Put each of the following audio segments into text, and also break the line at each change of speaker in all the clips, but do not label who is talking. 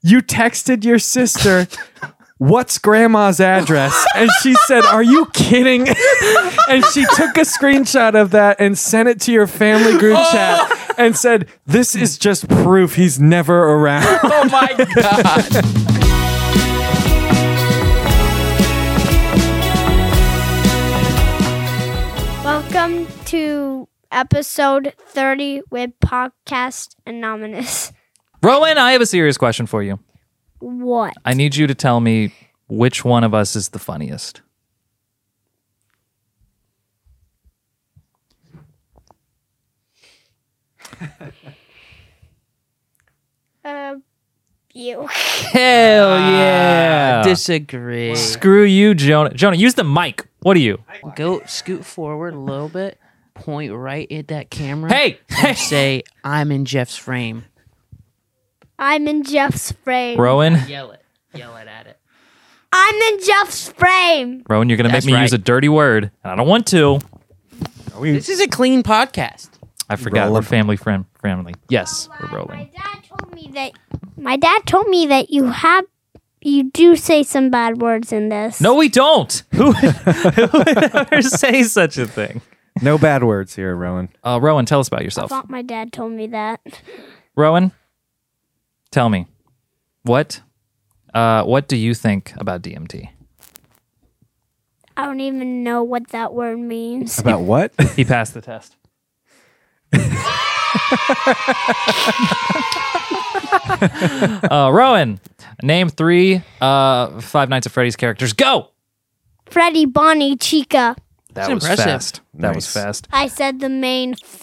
You texted your sister, What's grandma's address? And she said, Are you kidding? And she took a screenshot of that and sent it to your family group chat and said, This is just proof he's never around.
Oh my god.
Welcome to episode 30 with Podcast Anonymous.
Rowan, I have a serious question for you.
What?
I need you to tell me which one of us is the funniest.
Uh, you.
Hell yeah.
Disagree.
Screw you, Jonah. Jonah, use the mic. What are you?
Go scoot forward a little bit. Point right at that camera.
Hey,
And
hey.
say, I'm in Jeff's frame.
I'm in Jeff's frame.
Rowan,
Yell it. Yell it at it.
I'm in Jeff's frame.
Rowan, you're going to make
That's
me
right.
use a dirty word, and I don't want to.
This is a clean podcast.
I forgot
Rolling.
we're family friend friendly. Yes, we're
My
rolling.
dad told me that. My dad told me that you have, you do say some bad words in this.
No, we don't. Who, who would ever say such a thing?
No bad words here, Rowan.
Uh, Rowan, tell us about
I
yourself.
thought my dad told me that.
Rowan, tell me what uh, what do you think about DMT?
I don't even know what that word means.
About what?
He passed the test. uh, Rowan, name three uh, Five Nights at Freddy's characters. Go.
Freddy, Bonnie, Chica.
That
That's
was
impressive.
fast. That was
Nice.
fast.
I said the main th-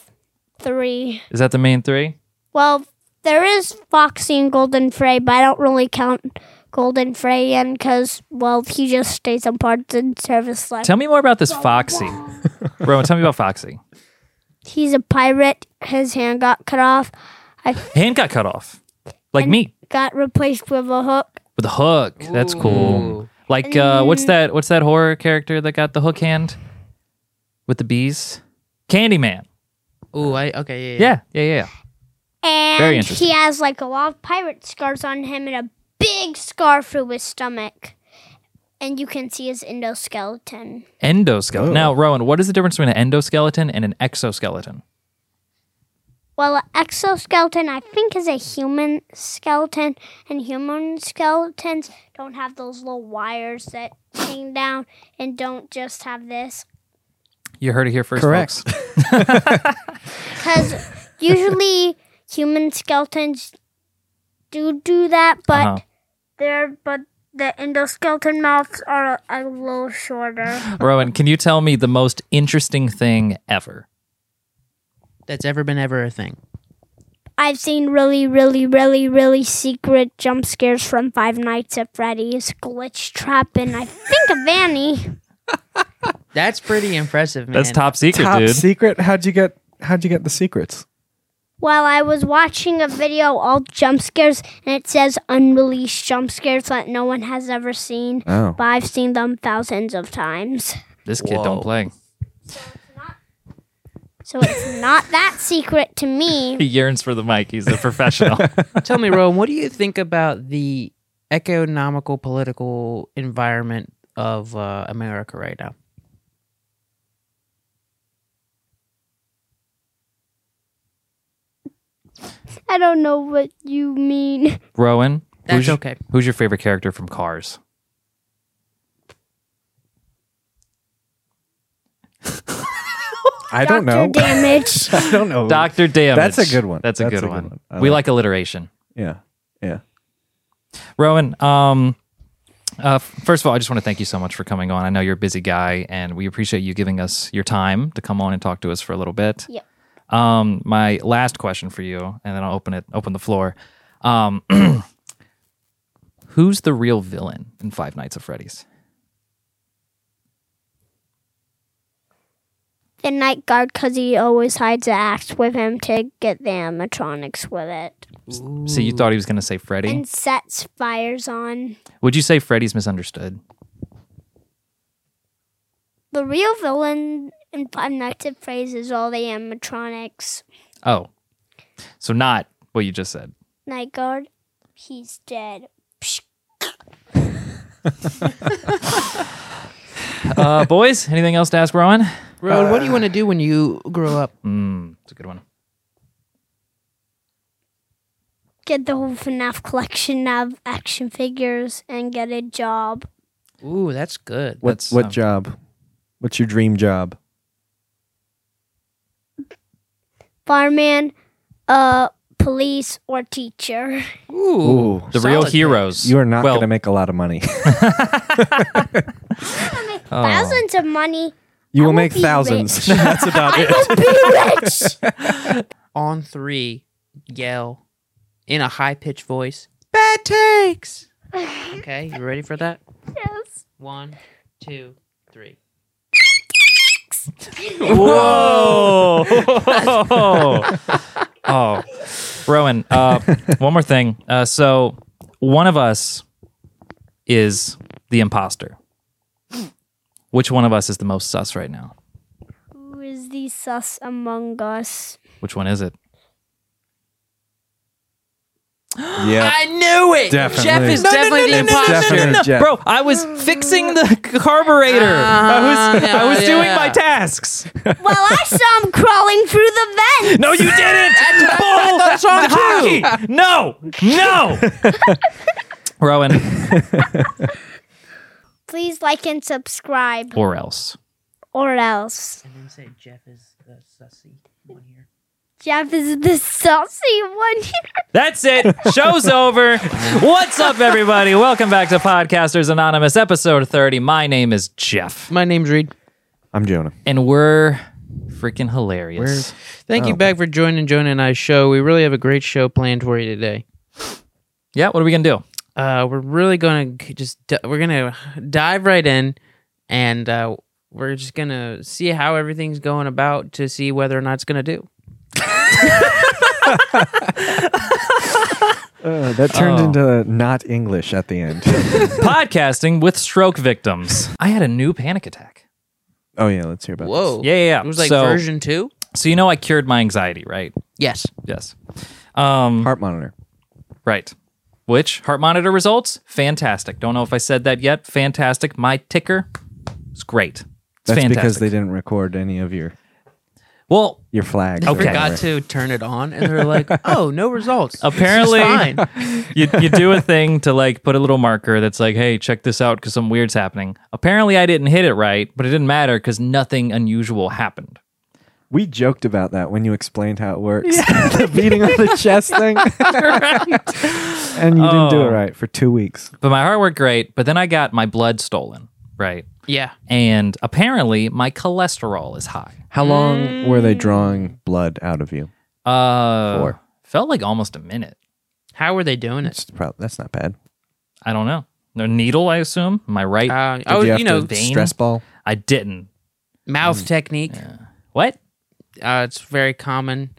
three.
Is that the main three?
Well, there is Foxy and Golden Frey, but I don't really count Golden Frey in because, well, he just stays on parts and service life.
Tell me more about this Foxy. Rowan, tell me about Foxy.
He's a pirate. His hand got cut off.
Hand got cut off, like
And-
me
Got replaced with a hook.
with a hook. That's cool.
Ooh.
Like uh, what's that? What's that horror character that got the hook hand with the bees? Candyman.
Ooh, I okay, yeah.
Yeah, yeah, yeah.
And
Very interesting.
he has like a lot of pirate scars on him and a big scar through his stomach. And you can see his endoskeleton.
Endoskeleton.
Oh.
Now, Rowan, what is the difference between an endoskeleton and an exoskeleton?
Well, an exoskeleton, I think, is a human skeleton, and human skeletons don't have those little wires that hang down and don't just have this.
You heard it here first,
Correct.
folks.
Because usually human skeletons do do that, but
Uh-huh.
they're but the endoskeleton mouths are a little shorter.
Rowan, can you tell me the most interesting thing ever?
That's ever been ever a thing.
I've seen really, really, really, really secret jump scares from Five Nights at Freddy's, Glitch Trap, and I think a Vanny.
That's pretty impressive, man.
That's top secret,
Top
dude.
secret? How'd you get how'd you get the secrets?
Well, I was watching a video all jump scares, and it says unreleased jump scares that no one has ever seen,
Oh.
but I've seen them thousands of times.
this kid don't
Whoa.
play.
So it's not that secret to me.
He yearns for the mic. He's a professional.
Tell me, Rowan, what do you think about the economical political environment of uh, America right now?
I don't know what you mean.
Rowan,
That's
who's your,
okay.
who's your favorite character from Cars?
I don't know.
Dr. Damage.
I don't know.
Doctor Damage.
That's a good one.
That's a
That's
good
a good
one.
one. I
We
like-
like alliteration.
Yeah. Yeah.
Rowan, um, uh, f- first of all, I just want to thank you so much for coming on. I know you're a busy guy, and we appreciate you giving us your time to come on and talk to us for a little bit.
Yep.
Um, my last question for you, and then I'll open it, open the floor. Um, who's the real villain in Five Nights at Freddy's?
the night guard, because he always hides the axe with him to get the animatronics with it.
So you thought he was going to say Freddy?
And sets fires on.
Would you say Freddy's misunderstood?
The real villain in Five Nights at Freddy's is all the animatronics.
Oh, so not what you just said.
Night guard. he's dead.
Uh, boys, anything else to ask Rowan?
Rowan, what do you want to do when you grow up?
Mm, it's a good one.
Get the whole FNAF collection of action figures and get a job.
Ooh, that's good.
That's,
What's what
um,
job? What's your dream job?
Fireman, uh, police, or teacher.
Ooh,
Ooh.
The real
solid.
heroes.
You are not
well,
going to make a lot of money.
Thousands of money.
You
I
will
will
make
be
thousands. That's about it.
On three, yell in a high pitched voice. Bad takes. Okay, you ready for that?
Yes.
One, two, three.
Whoa! oh, Rowan. Uh, one more thing. Uh, so one of us is the imposter. Which one of us is the most sus right now?
Who is the sus among us?
Which one is it?
Yeah.
I knew it.
Definitely.
Jeff is
No, no,
definitely the
no, Ah. no,
imposter. Uh-huh.
definitely Jeff.
Bro, I was fixing the carburetor. I was, I was
yeah,
doing
yeah.
my tasks.
Well, I saw him crawling through the vent.
No, you didn't. Bull hockey. No, no. Rowan,
Please like and subscribe,
or else.
or else
And then say Jeff is the sussy one here.
Jeff is the saucy one.
That's it. Show's over. What's up, everybody? Welcome back to Podcasters Anonymous, episode 30. My name is Jeff,
My name's Reed.
I'm Jonah.
and we're freaking hilarious.
Thank you,
Oh.
back for joining Jonah and I's show. We really have a great show planned for you today.
yeah, what are we going to do?
Uh, we're really gonna g- just d- we're gonna dive right in, and uh, we're just gonna see how everything's going about to see whether or not it's gonna do.
Uh, that turned
Oh.
into not English at the end.
Podcasting with stroke victims. I had a new panic attack.
oh, yeah. Let's hear about this.
Whoa!
Yeah, yeah, yeah.
It was like
So-
version two.
So, you know, I cured my anxiety, right?
Yes.
Yes. Um,
Heart monitor.
Right. Which heart monitor results? Fantastic. Don't know if I said that yet. Fantastic. My ticker is great. It's
That's
fantastic.
because they didn't record any of your
Well,
your flags. or
Okay.
whatever.
Forgot to turn it on, and they're like, "Oh, no results." This is
Apparently-
fine.
you, you do a thing to like put a little marker that's like, hey, check this out because some weird's happening. Apparently, I didn't hit it right, but it didn't matter because nothing unusual happened.
We joked about that when you explained how it works. the beating on the chest thing. and you didn't do
Oh.
it right for two weeks.
But my heart worked great. But then I got my blood stolen, right?
yeah.
And apparently, my cholesterol is high.
How long were
Mm.
they drawing blood out of you?
Uh,
Four.
Felt like almost a minute.
How are they doing it?
That's, prob- that's not bad.
I don't know. A needle, I assume. My right.
Uh,
Did
oh,
you,
you,
have
know,
to
vein?
stress ball.
I didn't.
mouth technique.
What?
Uh, it's very common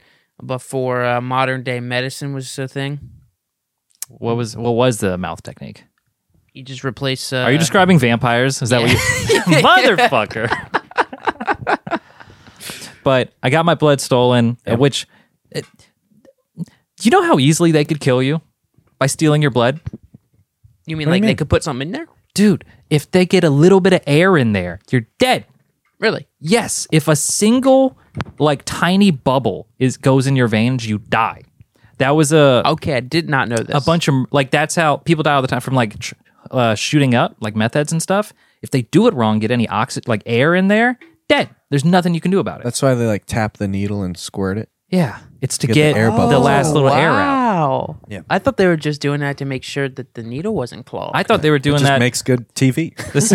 before uh, modern day medicine was a thing.
What was what was the mouth technique?
You just replace. Uh,
Are you describing vampires? Is that what you motherfucker? but I got my blood stolen, uh, which it, do you know how easily they could kill you by stealing your blood,
You mean
What do
like
you
they
mean?
could put something in there?
dude? If they get a little bit of air in there, you're dead.
Really?
Yes, if a single like tiny bubble is goes in your veins, you die. That was a
Okay, I did not know this.
a bunch of like that's how people die all the time from like tr- uh, shooting up like meth heads and stuff. If they do it wrong, get any oxi- like air in there, dead. There's nothing you can do about it.
That's why they like tap the needle and squirt it.
yeah, it's to
Get
get,
the air
the,
bubbles.
last little air out.
Oh, Wow.
Yeah.
I thought they were just doing that to make sure that the needle wasn't clawed.
I thought they were doing
Just
that.
makes good TV.
this,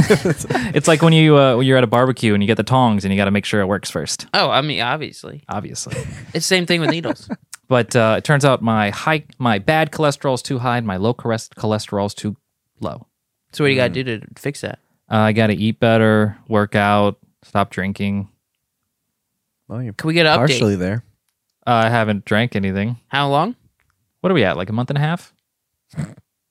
it's like when you uh, when you're at a barbecue and you get the tongs and you got to make sure it works first,
oh, I mean, obviously,
obviously.
it's the same thing with needles.
but uh, it turns out my high my bad cholesterol's too high and my low cholest- cholesterol's too low.
so what do you got to do to fix that?
Uh, I got to eat better, work out, stop drinking.
Well, you're
Can we get an update?
partially there.
Uh, I haven't drank anything.
How long?
What are we at? Like a month and a half?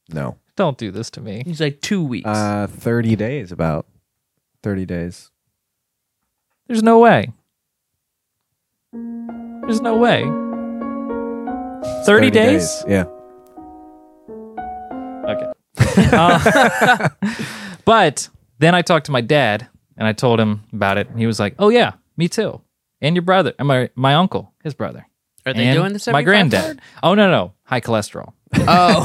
No.
Don't do this to me.
He's like two weeks.
Uh, 30 days, about 30 days.
There's no way. There's no way. 30, days?
Yeah.
Okay. Uh, but then I talked to my dad and I told him about it. And he was like, oh, yeah, me too. And your brother, and my, my uncle, his brother.
Are they
and
doing the 75
My granddad.
card?
Oh, no, no. High cholesterol.
Oh,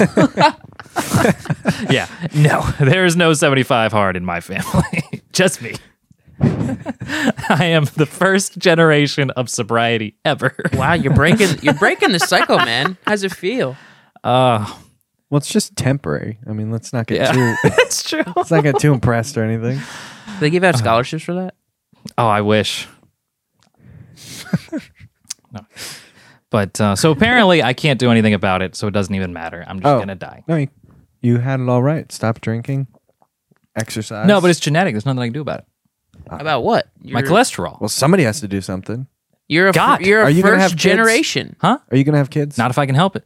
yeah. No, there is no 75 hard in my family. Just me. I am the first generation of sobriety ever.
wow! You're breaking you're breaking the cycle, man. How's it feel?
Uh,
Well, it's just temporary. I mean, let's not get
Yeah.
too.
it's true.
Let's not get too impressed or anything.
Do they give out scholarships for that?
Oh, I wish. no. But uh, so apparently I can't do anything about it, so it doesn't even matter. I'm just
Oh.
gonna die.
No, you, you had it all right. Stop drinking, exercise.
No, but it's genetic. There's nothing I can do about it.
About what?
My
You're-
cholesterol.
well, somebody has to do something.
You're a
God.
you're a
Are you gonna
first
have kids?
generation.
Are you gonna have kids?
Not if I can help it.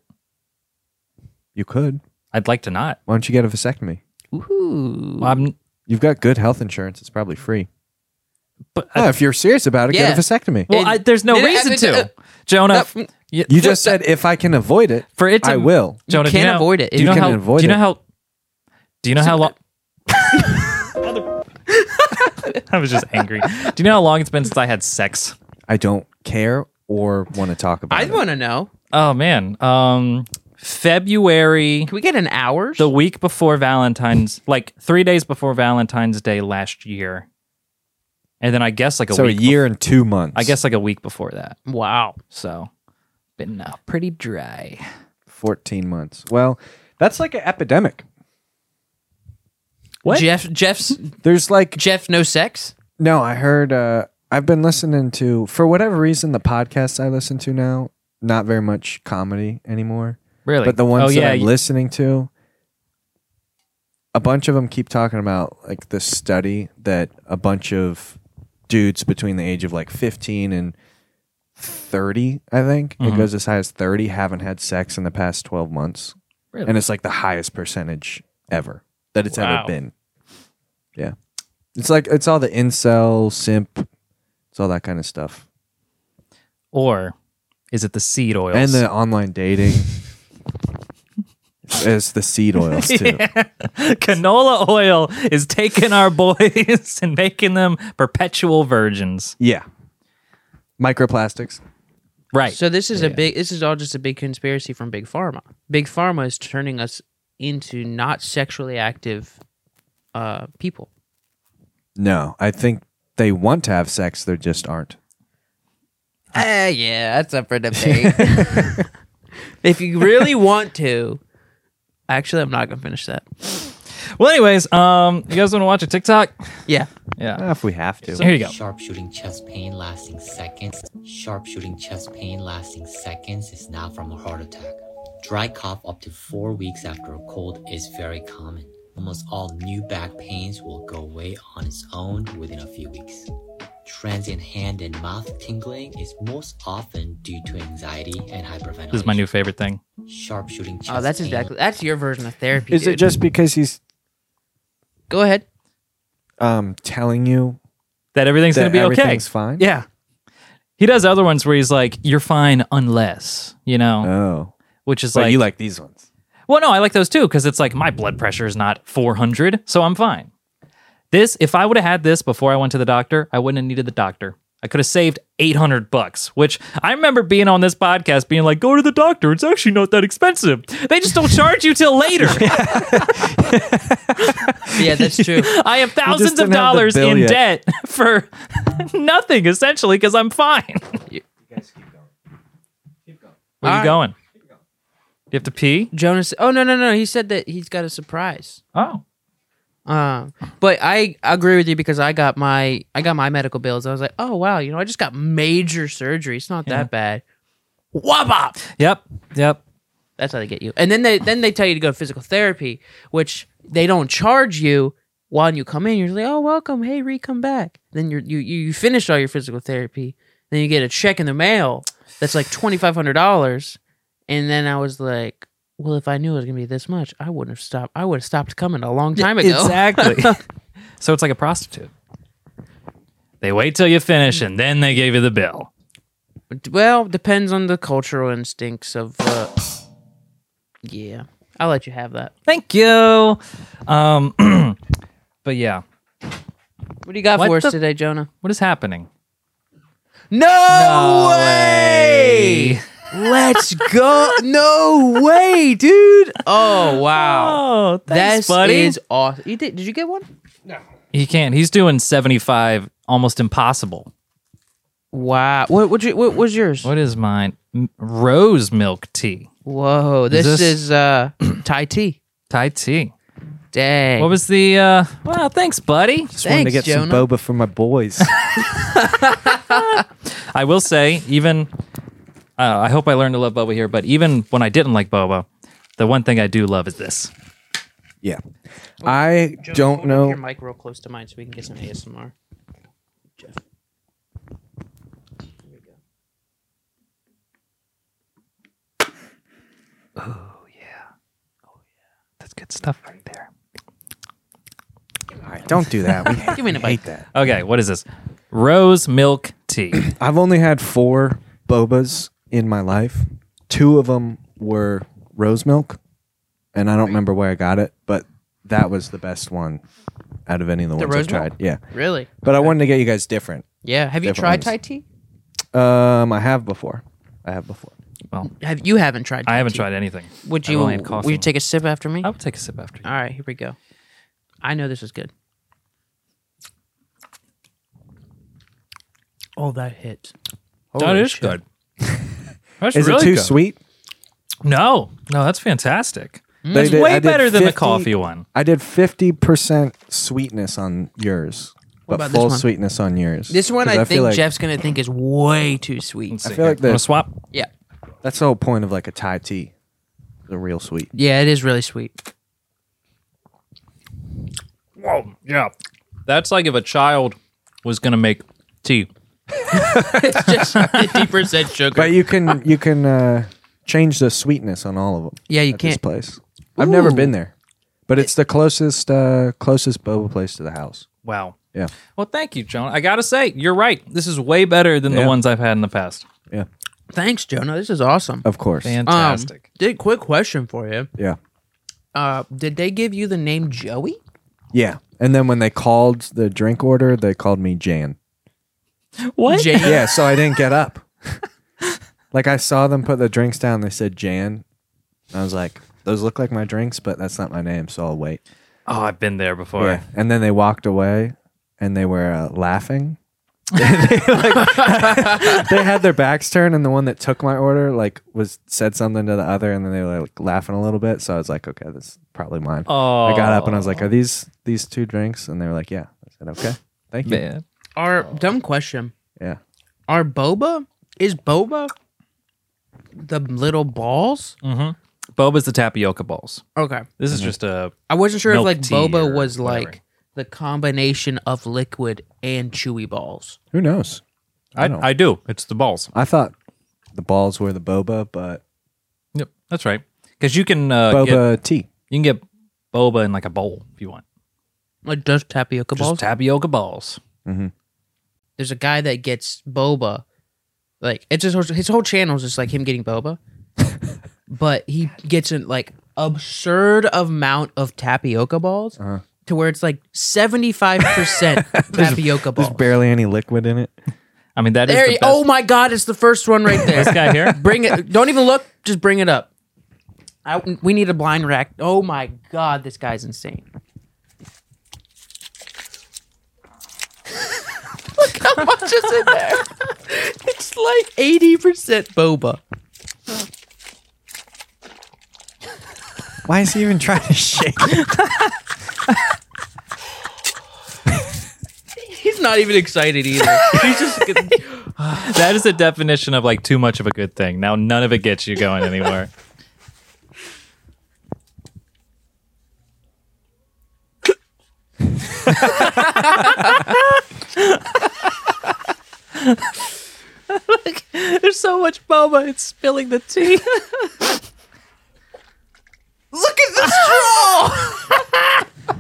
You could.
I'd like to not.
Why don't you get a vasectomy?
Ooh.
Well, I'm,
You've got good health insurance. It's probably free.
but
Oh, if you're serious about it, get
Yeah.
a vasectomy.
well, I, there's no
It-
reason
it-
to,
it-
Jonah.
No,
you-
You just said if I can avoid it,
for it to
I will.
Jonah, do
can't
you know-
avoid it.
Do you,
You
know
can
how?
avoid
do you know
it.
how? Do you know how long? I was just angry. Do you know how long it's been since I had sex?
I don't care or want to talk about
I
it.
want to know.
Oh man, um, February,
Can we get an hours?
the week before Valentine's, like three days before Valentine's Day last year, and then I guess like a
so a
week
year and two months.
bef- I guess like a week before that.
wow.
So been uh, pretty dry.
fourteen months. Well, that's like an epidemic.
What?
Jeff Jeff's
There's like
Jeff no sex?
No, I heard. Uh, I've been listening to, for whatever reason, the podcasts I listen to now, not very much comedy anymore.
Really?
but the ones
oh, yeah,
that I'm
you-
listening to, a bunch of them keep talking about like this study that a bunch of dudes between the age of like 15 and 30, I think,
Mm-hmm.
it goes as high as 30, haven't had sex in the past 12 months.
Really?
And it's like the highest percentage ever that it's
Wow.
ever been. Yeah. It's like, it's all the incel, simp, it's all that kind of stuff.
or is it the seed oils?
And the online dating. It's the seed oils too.
Canola oil is taking our boys and making them perpetual virgins.
Yeah. Microplastics.
Right.
So this is a big this is all just a big conspiracy from Big Pharma. Big Pharma is turning us into not sexually active uh people.
No, I think they want to have sex, there just aren't.
Ah, yeah, that's up for debate. if you really want to, actually, I'm not gonna finish that.
well, anyways, um, you guys want to watch a TikTok?
Yeah,
Yeah.
Ah, if we have to.
Here you go.
Sharp shooting chest pain lasting seconds. Sharp shooting chest pain lasting seconds is now from a heart attack. Dry cough up to four weeks after a cold is very common. Almost all new back pains will go away on its own within a few weeks. Transient hand and mouth tingling is most often due to anxiety and hyperventilation.
This is my new favorite thing.
sharp shooting chest
oh, that's
pain
exactly that's your version of therapy.
Is it
dude.
just because he's
go ahead?
um, telling you
That everything's
that
going to be okay.
everything's fine?
Yeah. He does other ones where he's like, you're fine unless, you know,
Oh.
which is
But
like,
you like these ones.
well, no, I like those too because it's like my blood pressure is not 400, so I'm fine. This, if I would have had this before I went to the doctor, I wouldn't have needed the doctor. I could have saved 800 bucks, which I remember being on this podcast being like, go to the doctor. It's actually not that expensive. They just don't charge you till later.
Yeah, that's true.
I have thousands of
didn't have the
dollars
bill
in
yet.
debt for nothing, essentially, because I'm fine. Where are you
Alright.
going? Do you have to pee?
Jonas. Oh no, no, no. He said that he's got a surprise.
Oh.
Um, but I agree with you because I got my I got my medical bills. I was like, oh wow, you know, I just got major surgery. It's not that bad. Wabba.
Yep. Yep.
That's how they get you. And then they then they tell you to go to physical therapy, which they don't charge you while you come in. You're like, oh welcome, hey re come back. Then you're, you you you finish all your physical therapy. Then you get a check in the mail that's like twenty five hundred dollars. And then I was like, well, if I knew it was gonna be this much, I wouldn't have stopped. I would have stopped coming a long time ago.
Exactly. so it's like a prostitute. They wait till you finish and then they give you the bill.
Well, depends on the cultural instincts of. Uh, yeah. I'll let you have that.
Thank you. Um, but yeah,
What do you got
What
for us
the-
today, Jonah?
what is happening?
No, way! Let's go. No way, dude. Oh wow.
Oh,
That
thanks, buddy.
is awesome. You did, did you get one?
he can't. He's doing seventy-five, almost impossible.
Wow. What what'd you, what was yours?
What is mine? M- Rose milk tea,
Whoa. This is,
this-
uh Thai tea.
Thai tea.
Dang.
What was the? uh Wow, thanks, buddy.
Just wanted to
Thanks,
get some
Jonah.
boba for my boys.
I will say, even uh, I hope I learned to love boba here. But even when I didn't like boba, the one thing I do love is this.
yeah. I don't know.
Your mic real close to mine so we can get some ASMR.
That's good stuff right there.
All right, don't do that. We
Give me the mic.
hate that.
Okay, what is this? Rose milk tea.
I've only had four bobas in my life. Two of them were rose milk, and I don't remember where I got it, but that was the best one out of any of the, ones
rose
I've tried.
milk?
Yeah,
Really?
but I wanted to get you guys different.
Yeah. Have you
Different
tried
ones.
Thai tea?
Um, I have before. I have before.
Have you haven't tried? Thai
I haven't
tea.
tried anything.
Would
I've
you?
only had coffee.
Will you take a sip after me?
I will take a sip after you.
All right, here we go. I know this is good. Oh, that hit.
that is good. That's
Is
really
it too
good.
sweet?
No, no, that's fantastic.
They
That's
did- I
way
did
better than the
50
coffee one.
I did fifty percent sweetness on yours, but
about this
full
one?
sweetness on yours.
This one
'Cause
I, think
feel like
Jeff's gonna think is way too sweet.
feel like the-
want to swap.
Yeah,
that's the whole point of like a Thai tea, the real sweet.
yeah, it is really sweet.
Whoa, yeah, that's like if a child was gonna make tea.
It's just fifty percent sugar.
But you can you can uh, change the sweetness on all of them.
yeah, you
at this
can't.
place. I've never
Ooh.
been there, but it's the closest uh, closest boba place to the house.
Wow.
Yeah,
Well, thank you, Jonah. I gotta say, you're right. This is way better than
Yeah.
the ones I've had in the past.
yeah,
Thanks, Jonah. This is awesome.
of course.
Um,
Fantastic.
did quick question for you.
yeah,
Uh, did they give you the name Joey?
yeah. And then when they called the drink order, they called me Jan.
what?
Jan.
Yeah, so I didn't get up. like I saw them put the drinks down. They said Jan. And I was like, those look like my drinks, but that's not my name, so I'll wait.
oh, I've been there before.
Yeah. And then they walked away, and they were uh, laughing. they, like, they had their backs turned, and the one that took my order like was said something to the other, and then they were like laughing a little bit. So I was like, okay, that's probably mine.
Oh,
I got up and I was like, are these these two drinks? And they were like, yeah. I said, okay, thank you.
Oh, man.
Our dumb question.
Yeah.
Are boba is boba the little balls?
Boba's the tapioca balls.
Okay.
Mm-hmm. This is just a
I wasn't sure if
milk
like
tea
boba
or
was
whatever.
like the combination of liquid and chewy balls.
Who knows?
I,
don't-
I do. It's the balls.
I thought the balls were the boba, but
Yep, that's right. Because you can uh, get
boba tea.
you can get boba in like a bowl if you want.
Like just tapioca
Just
balls.
tapioca balls.
There's a guy that gets boba. Like it's his whole, his whole channel is just like him getting boba, but he gets an like absurd amount of tapioca balls
Uh-huh.
to where it's like seventy five percent tapioca
There's
balls.
barely any liquid in it.
I mean that is
There
the
you-
best.
oh my god, it's the first one right there.
this guy here.
Bring it. Don't even look. Just bring it up. I, we need a blind rack. Oh my god, this guy's insane. look how much is in there. It's like eighty percent boba.
Why is he even trying to shake? it?
He's not even excited either. He's just
that is the definition of like too much of a good thing. Now none of it gets you going anywhere.
there's so much boba. It's spilling the tea. look at the straw.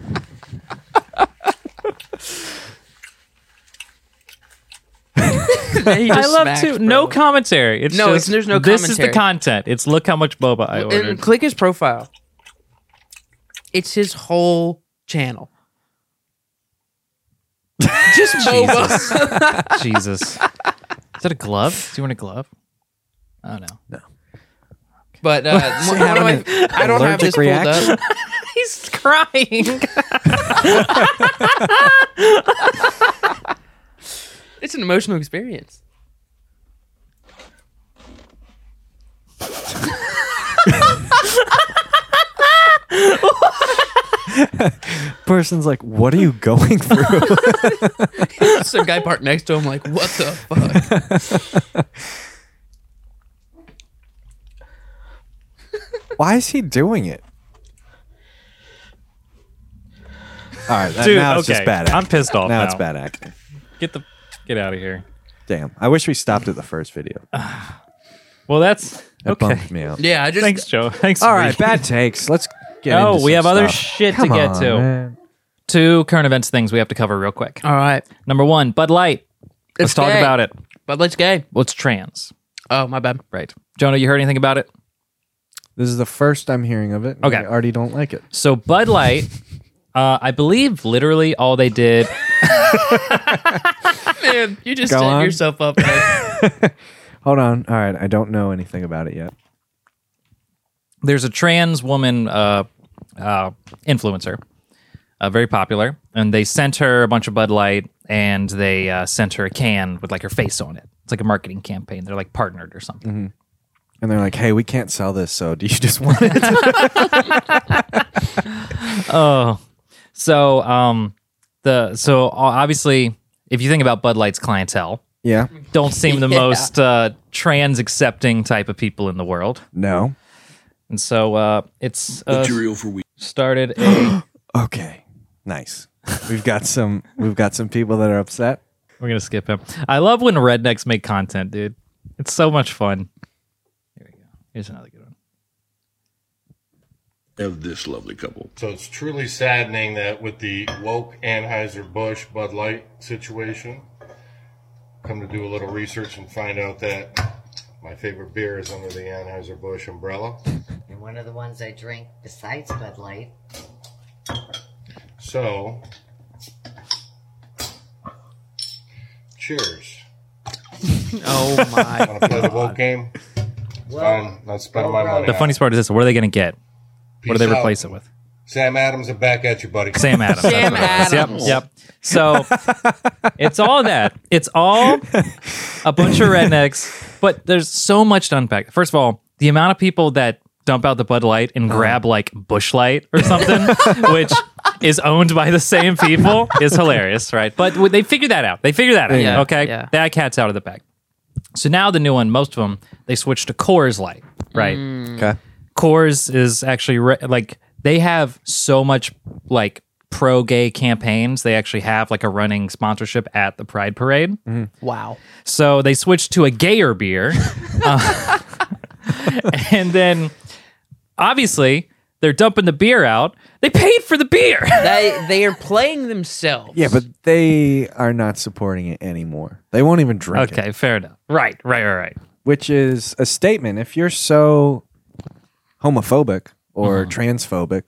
I love to no commentary. It's
No, it's-
just,
there's no
This is the
commentary.
content. It's look how much boba I ordered.
And click his profile. It's his whole channel. Just boba.
Jesus. Jesus. Is that a glove? Do you want a glove? Oh no.
But uh, one
having
of my-
an
I don't have this
allergic
pulled
reaction?
up.
He's crying.
It's an emotional experience.
Person's like, what are you going through?
Some guy parked next to him, like, what the fuck?
Why is he doing it? All right, that,
Dude,
now
okay.
it's just bad acting.
I'm pissed off.
now,
Now,
it's bad acting.
Get the get out of here.
Damn, I wish we stopped at the first video. That
Well, that's okay.
bummed me out.
Yeah, I just
Thanks, Joe. Thanks.
All right,
Reed.
bad takes. Let's get.
Oh,
into
we
some
have other
stuff.
shit to
Come
get
on,
to.
man.
Two current events things we have to cover real quick.
All right,
Number one, Bud Light. Let's
It's
talk
gay.
about it.
but let's gay.
Well, it's trans,
Oh my bad.
right? Jonah, you heard anything about it?
This is the first I'm hearing of it. and
Okay.
I already don't like it.
So Bud Light, uh, I believe, literally all they did.
Man, you just
Go
set
on.
yourself up. man.
Hold on. All right, I don't know anything about it yet.
There's a trans woman uh, uh, influencer, uh, very popular, and they sent her a bunch of Bud Light, and they uh, sent her a can with like her face on it. It's like a marketing campaign. They're like partnered or something.
And they're like, "Hey, we can't sell this, so do you just want it?"
Oh, so um, the so o- obviously, if you think about Bud Light's clientele,
yeah.
don't seem the
Yeah.
most uh, trans accepting type of people in the world,
No.
and so uh, it's uh,
material for weeks.
started a.
Okay. Nice. We've got some. We've got some people that are upset.
We're gonna skip him. I love when rednecks make content, dude. It's so much fun. Here we go. Here's another good one.
Of this lovely couple.
So it's truly saddening that with the woke Anheuser-Busch Bud Light situation, come to do a little research and find out that my favorite beer is under the Anheuser-Busch umbrella.
You're one of the ones I drink besides Bud Light.
So, cheers.
oh my.
Want to play the woke game? Fine, not spending my money.
The
on
funniest
it.
part is this: what are they gonna get? What do
Peace
they
out.
replace it with?
Sam Adams are back at you, buddy.
Sam Adams.
Sam
That's what it
Adams.
is. Yep. Yep. So it's all that. It's all a bunch of rednecks, but there's so much to unpack. First of all, the amount of people that dump out the Bud Light and
Uh-huh.
grab like Bush Light or something, which is owned by the same people, is hilarious, right? But w- they figured that out. They figured that out.
Yeah,
okay.
yeah.
That cat's out of the bag. So now the new one, most of them, they switched to Coors Light, right?
Mm.
Okay.
Coors is actually re- like they have so much like pro gay campaigns. They actually have like a running sponsorship at the Pride Parade.
Wow.
So they switched to a gayer beer. Uh, and then obviously they're dumping the beer out. They paid for the beer.
They they are playing themselves.
Yeah, but they are not supporting it anymore. They won't even drink it,
okay, fair enough. Right, right, right, right.
which is a statement. If you're so homophobic or
Mm-hmm.
transphobic,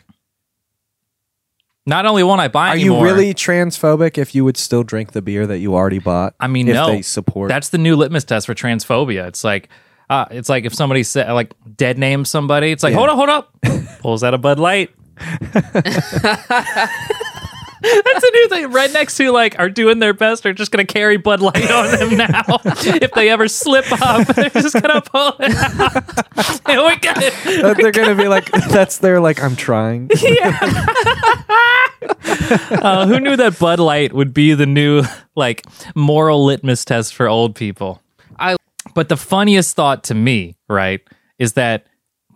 Not only won't I buy
are you
anymore.
really transphobic if you would still drink the beer that you already bought?
I mean,
if
no.
they support.
That's the new litmus test for transphobia. It's like, uh, it's like if somebody said like dead name somebody, it's like hold up, hold up, pulls out a Bud Light. That's a new thing. Rednecks who like are doing their best are just gonna carry Bud Light on them now. if they ever slip up, they're just gonna pull it out. and we got it.
That they're gonna be like, that's their like, I'm trying.
Uh, who knew that Bud Light would be the new like moral litmus test for old people?
I-
But the funniest thought to me, right, is that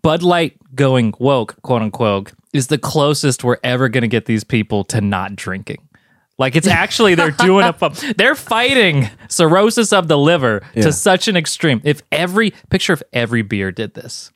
Bud Light going woke, quote unquote, is the closest we're ever going to get these people to not drinking. Like it's actually they're doing a fu- they're fighting cirrhosis of the liver
Yeah.
to such an extreme. If every picture if every beer did this,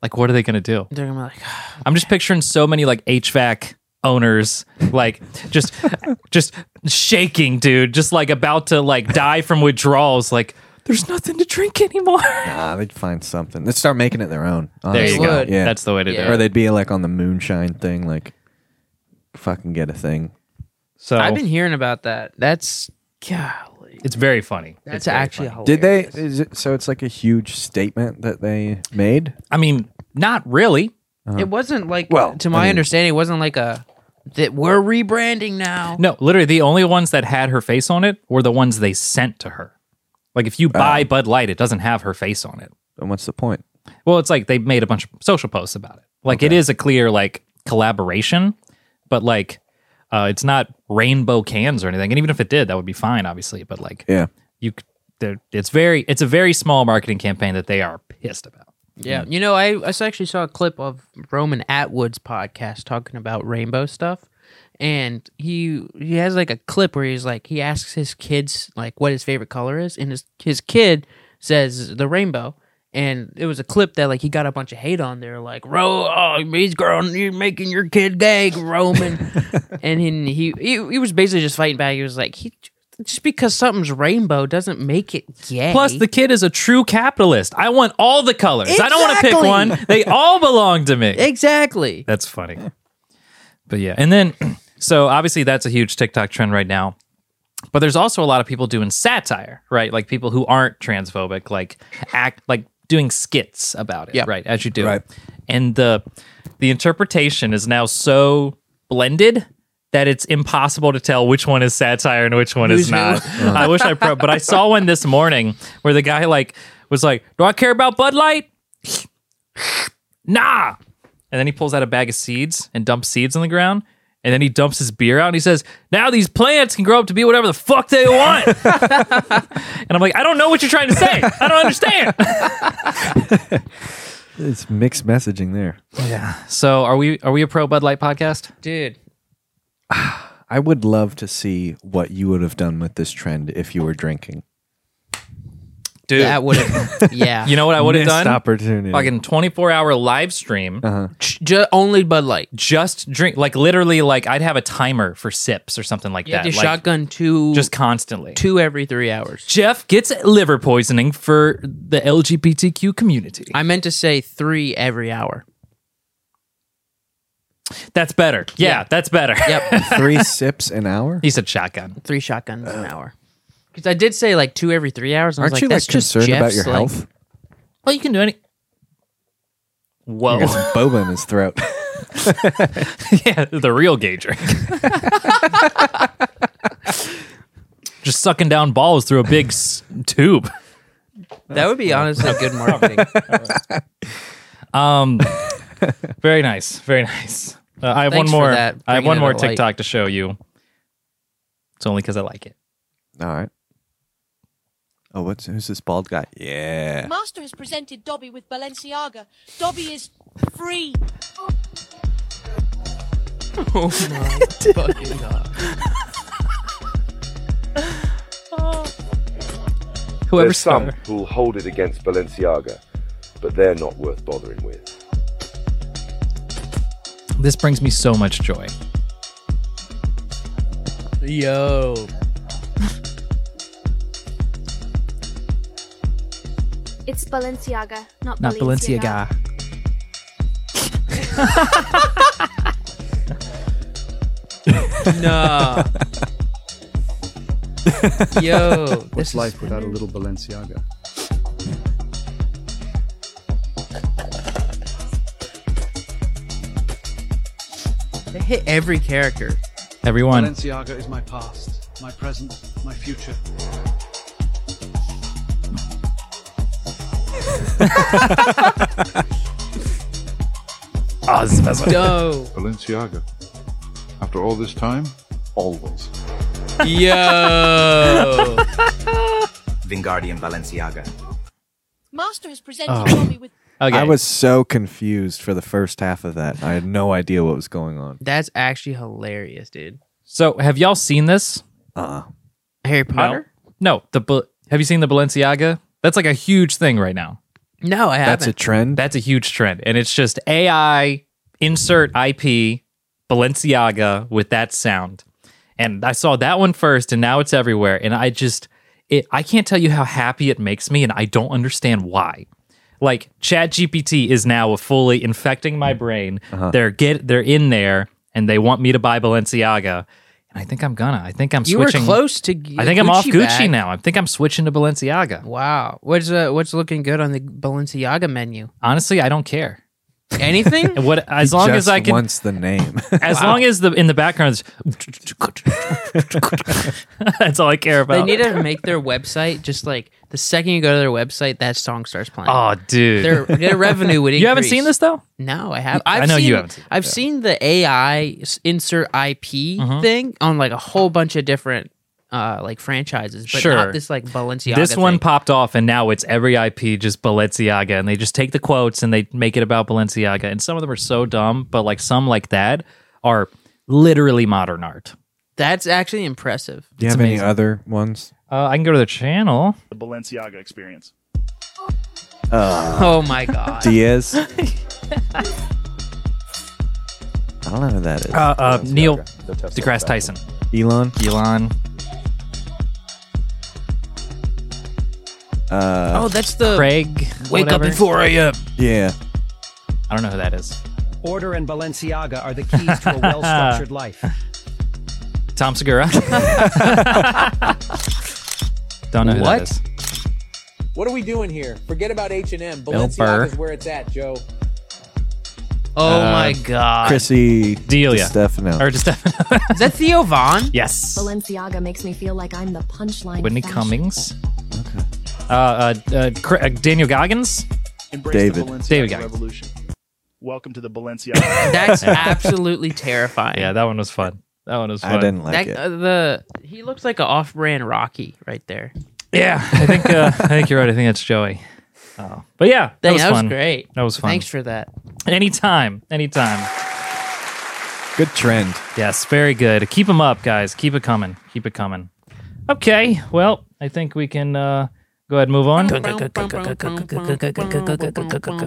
like what are they going to do?
They're gonna be like,
I'm just picturing so many like HVAC owners like just just shaking, dude, just like about to like die from withdrawals. Like there's nothing to drink anymore.
nah, they'd find something. They'd start making it their own.
There
Honestly.
you go.
would.
Yeah.
That's the way to
Yeah.
do
or
it.
they'd be like on the moonshine thing, like fucking get a thing.
So
I've been hearing about that. That's golly.
it's very funny.
That's
It's very
actually
funny.
Did they?
hilarious.
Is it, so it's like a huge statement that they made.
I mean, not really.
It wasn't like
Well,
well, to
I
my
mean-
understanding, it wasn't like a that we're rebranding now.
No, literally, the only ones that had her face on it were the ones they sent to her. Like, if you buy Bud Light, it doesn't have her face on it.
And what's the point?
Well, it's like they made a bunch of social posts about it. Like, it is a clear like collaboration, but like, uh, it's not rainbow cans or anything. And even if it did, that would be fine, obviously. But like,
Yeah.
you, c- they're- it's very, it's a very small marketing campaign that they are pissed about.
Yeah. You know, I, I s- actually saw a clip of Roman Atwood's podcast talking about rainbow stuff. And he he has like a clip where he's like he asks his kids like what his favorite color is, and his his kid says the rainbow. And it was a clip that like he got a bunch of hate on there, like Ro, oh, he's grown, you're making your kid gay, Roman. and he, he he he was basically just fighting back. He was like he just because something's rainbow doesn't make it gay.
Plus, the kid is a true capitalist. I want all the colors. I don't want to pick
Exactly.
one. They all belong to me.
exactly
That's funny. But yeah, and then so obviously that's a huge TikTok trend right now. But there's also a lot of people doing satire, right? Like people who aren't transphobic, like act like doing skits about it,
Yeah.
right? As you do,
Right.
and the the interpretation is now so blended that it's impossible to tell which one is satire and which one is not. I wish I pro, but I saw one this morning where the guy like was like, "Do I care about Bud Light?" nah. And then he pulls out a bag of seeds and dumps seeds on the ground. And then he dumps his beer out and he says, Now these plants can grow up to be whatever the fuck they want. and I'm like, I don't know what you're trying to say. I don't understand.
It's mixed messaging there.
so are we are we a pro Bud Light podcast?
dude.
I would love to see what you would have done with this trend if you were drinking.
Dude.
That would have, yeah.
you know what I would have
Missed
done?
opportunity. Uh-huh.
Fucking 24 hour live stream.
Ch- ju- only Bud Light.
Just drink like literally like I'd have a timer for sips or something like
You had
that.
to
like,
shotgun two,
just constantly.
two every three hours.
Jeff gets liver poisoning for the LGBTQ community.
I meant to say three every hour.
That's better. Yeah,
Yeah.
that's better.
Yep,
Three sips an hour?
He said shotgun.
three shotguns an hour. Because I did say like two every three hours. And I was
Aren't you
that's
like
just
concerned about
Jeff's,
your
like-
health?
Well, you can do any. Whoa.
He got some boba in his throat.
yeah, the real gay drink. Just sucking down balls through a big s- tube.
That would be honestly good marketing.
Um, very nice. Very nice. Uh, I have
Thanks
one
for
more.
that,
I have
bringing
one
it
more
to light.
TikTok to show you. It's only because I like it.
All right. Oh, what's who's this bald guy? Yeah.
Master has presented Dobby with Balenciaga. Dobby is free.
Oh Fucking God.
Whoever
There's some
started-
who'll hold it against Balenciaga, but they're not worth bothering with.
This brings me so much joy.
Yo,
It's Balenciaga, not,
Not Balenciaga.
no. Yo, this is
life without a little Balenciaga?
they hit every character.
Everyone.
Balenciaga is my past, my present, my future.
Oh, this is the best one.
Yo,
Balenciaga. After all this time, always.
yo.
Vingardium Balenciaga.
Master has presented Dobby
Oh.
with.
Okay.
I was so confused for the first half of that. I had no idea what was going on.
That's actually hilarious, dude.
so, have y'all seen this?
Uh-uh.
Harry Potter?
No, the Bal- have you seen the Balenciaga? That's like a huge thing right now.
No, I haven't.
That's a trend.
That's a huge trend, and it's just AI insert IP Balenciaga with that sound. And I saw that one first, and now it's everywhere. And I just, it, I can't tell you how happy it makes me, and I don't understand why.
Uh-huh.
Like ChatGPT is now fully infecting my brain. They're get, they're in there and they want me to buy Balenciaga. And I think I'm gonna. I think I'm
You were
switching.
close to g-
I think I'm off
Gucci
Gucci
bag.
now. I think I'm switching to Balenciaga.
Wow. What's uh, what's looking good on the Balenciaga menu?
Honestly, I don't care.
Anything?
And what as long as I can
Once the name.
as
Wow.
long as the in the background is- that's all I care
They
about.
need to make their website just like the second you go to their website, that song starts playing.
Oh, dude.
their, their revenue would.
You haven't
increase.
seen this, though?
No, I have.
I
I've
know you
seen-
haven't seen it,
I've seen the AI s- insert IP
Mhm.
thing on like a whole bunch of different uh like franchises, but
Sure.
not this like Balenciaga.
This
thing.
one popped off, and now it's every IP just Balenciaga, and they just take the quotes and they make it about Balenciaga. And some of them are so dumb, but like some like that are literally modern art.
That's actually impressive.
Do you
It's
have
amazing.
any other ones?
Uh, I can go to the channel.
The Balenciaga experience.
Uh,
Oh my god.
Diaz. I don't know who that is.
Uh, uh, Neil
The Tesla
deGrasse Tyson,
Elon.
Elon.
Uh,
oh, that's the
Craig.
Wake up
whatever.
at 4 a.m.
Yeah.
I don't know who that is.
Order and Balenciaga are the keys to a well-structured life.
Tom Segura. don't know who that
What?
is.
What are we doing here? Forget about H and M.
Bill Burr.
Balenciaga's where it's at, Joe.
Oh
Uh,
my god.
Chrissy
Delia.
Stefano.
Or just
Is that Theo Vaughn?
Yes.
Balenciaga makes me feel like I'm the punchline.
Whitney
fashion.
Cummings. Uh, uh, uh, Cra- uh, Daniel Goggins.
Embrace
David.
the Balenciaga
David Goggins.
revolution. Welcome to the Balenciaga.
That's absolutely terrifying.
Yeah, that one was fun. That one was fun.
I didn't like it.
That- uh, the he looks like an off-brand Rocky right there.
Yeah, I think uh, I think you're right. I think that's Joey. Oh, but yeah, that,
Dang,
was,
that was
fun.
great.
That was fun.
Thanks for that.
Anytime, anytime.
Good trend.
Yes, very good. Keep them up, guys. Keep it coming. Keep it coming. Okay, well, I think we can uh, go ahead and move on.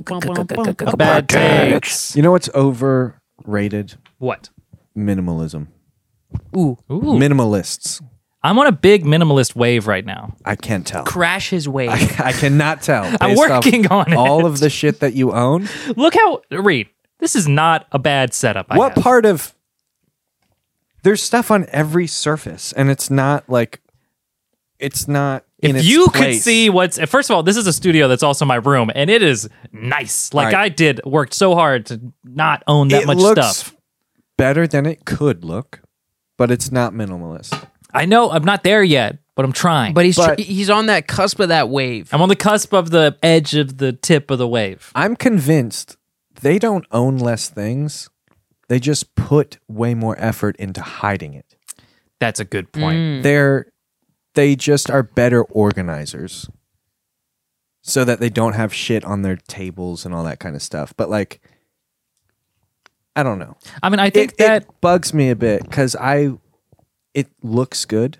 Bad takes.
You know what's overrated?
What?
Minimalism.
Ooh.
Minimalists.
I'm on a big minimalist wave right now.
I can't tell.
Crash his way.
I cannot tell.
I'm
based off
working on it.
All of the shit that you own.
Look how read. This is not a bad setup. I
what
have.
part of there's stuff on every surface and it's not like it's not in
If
its
you could
place.
see what's first of all, this is a studio that's also my room, and it is nice. Like
Right.
I did, worked so hard to not own that
it
much
looks
stuff.
better than it could look but it's not minimalist
I know I'm not there yet, but I'm trying.
But he's tr- he's on that cusp of that wave.
I'm on the cusp of the edge of the tip of the wave.
i'm convinced they don't own less things they just put way more effort into hiding it
That's a good
Mm.
point.
they're they just are better organizers so that they don't have shit on their tables and all that kind of stuff but like i don't know
I mean, I think
it,
that
it bugs me a bit because i it looks good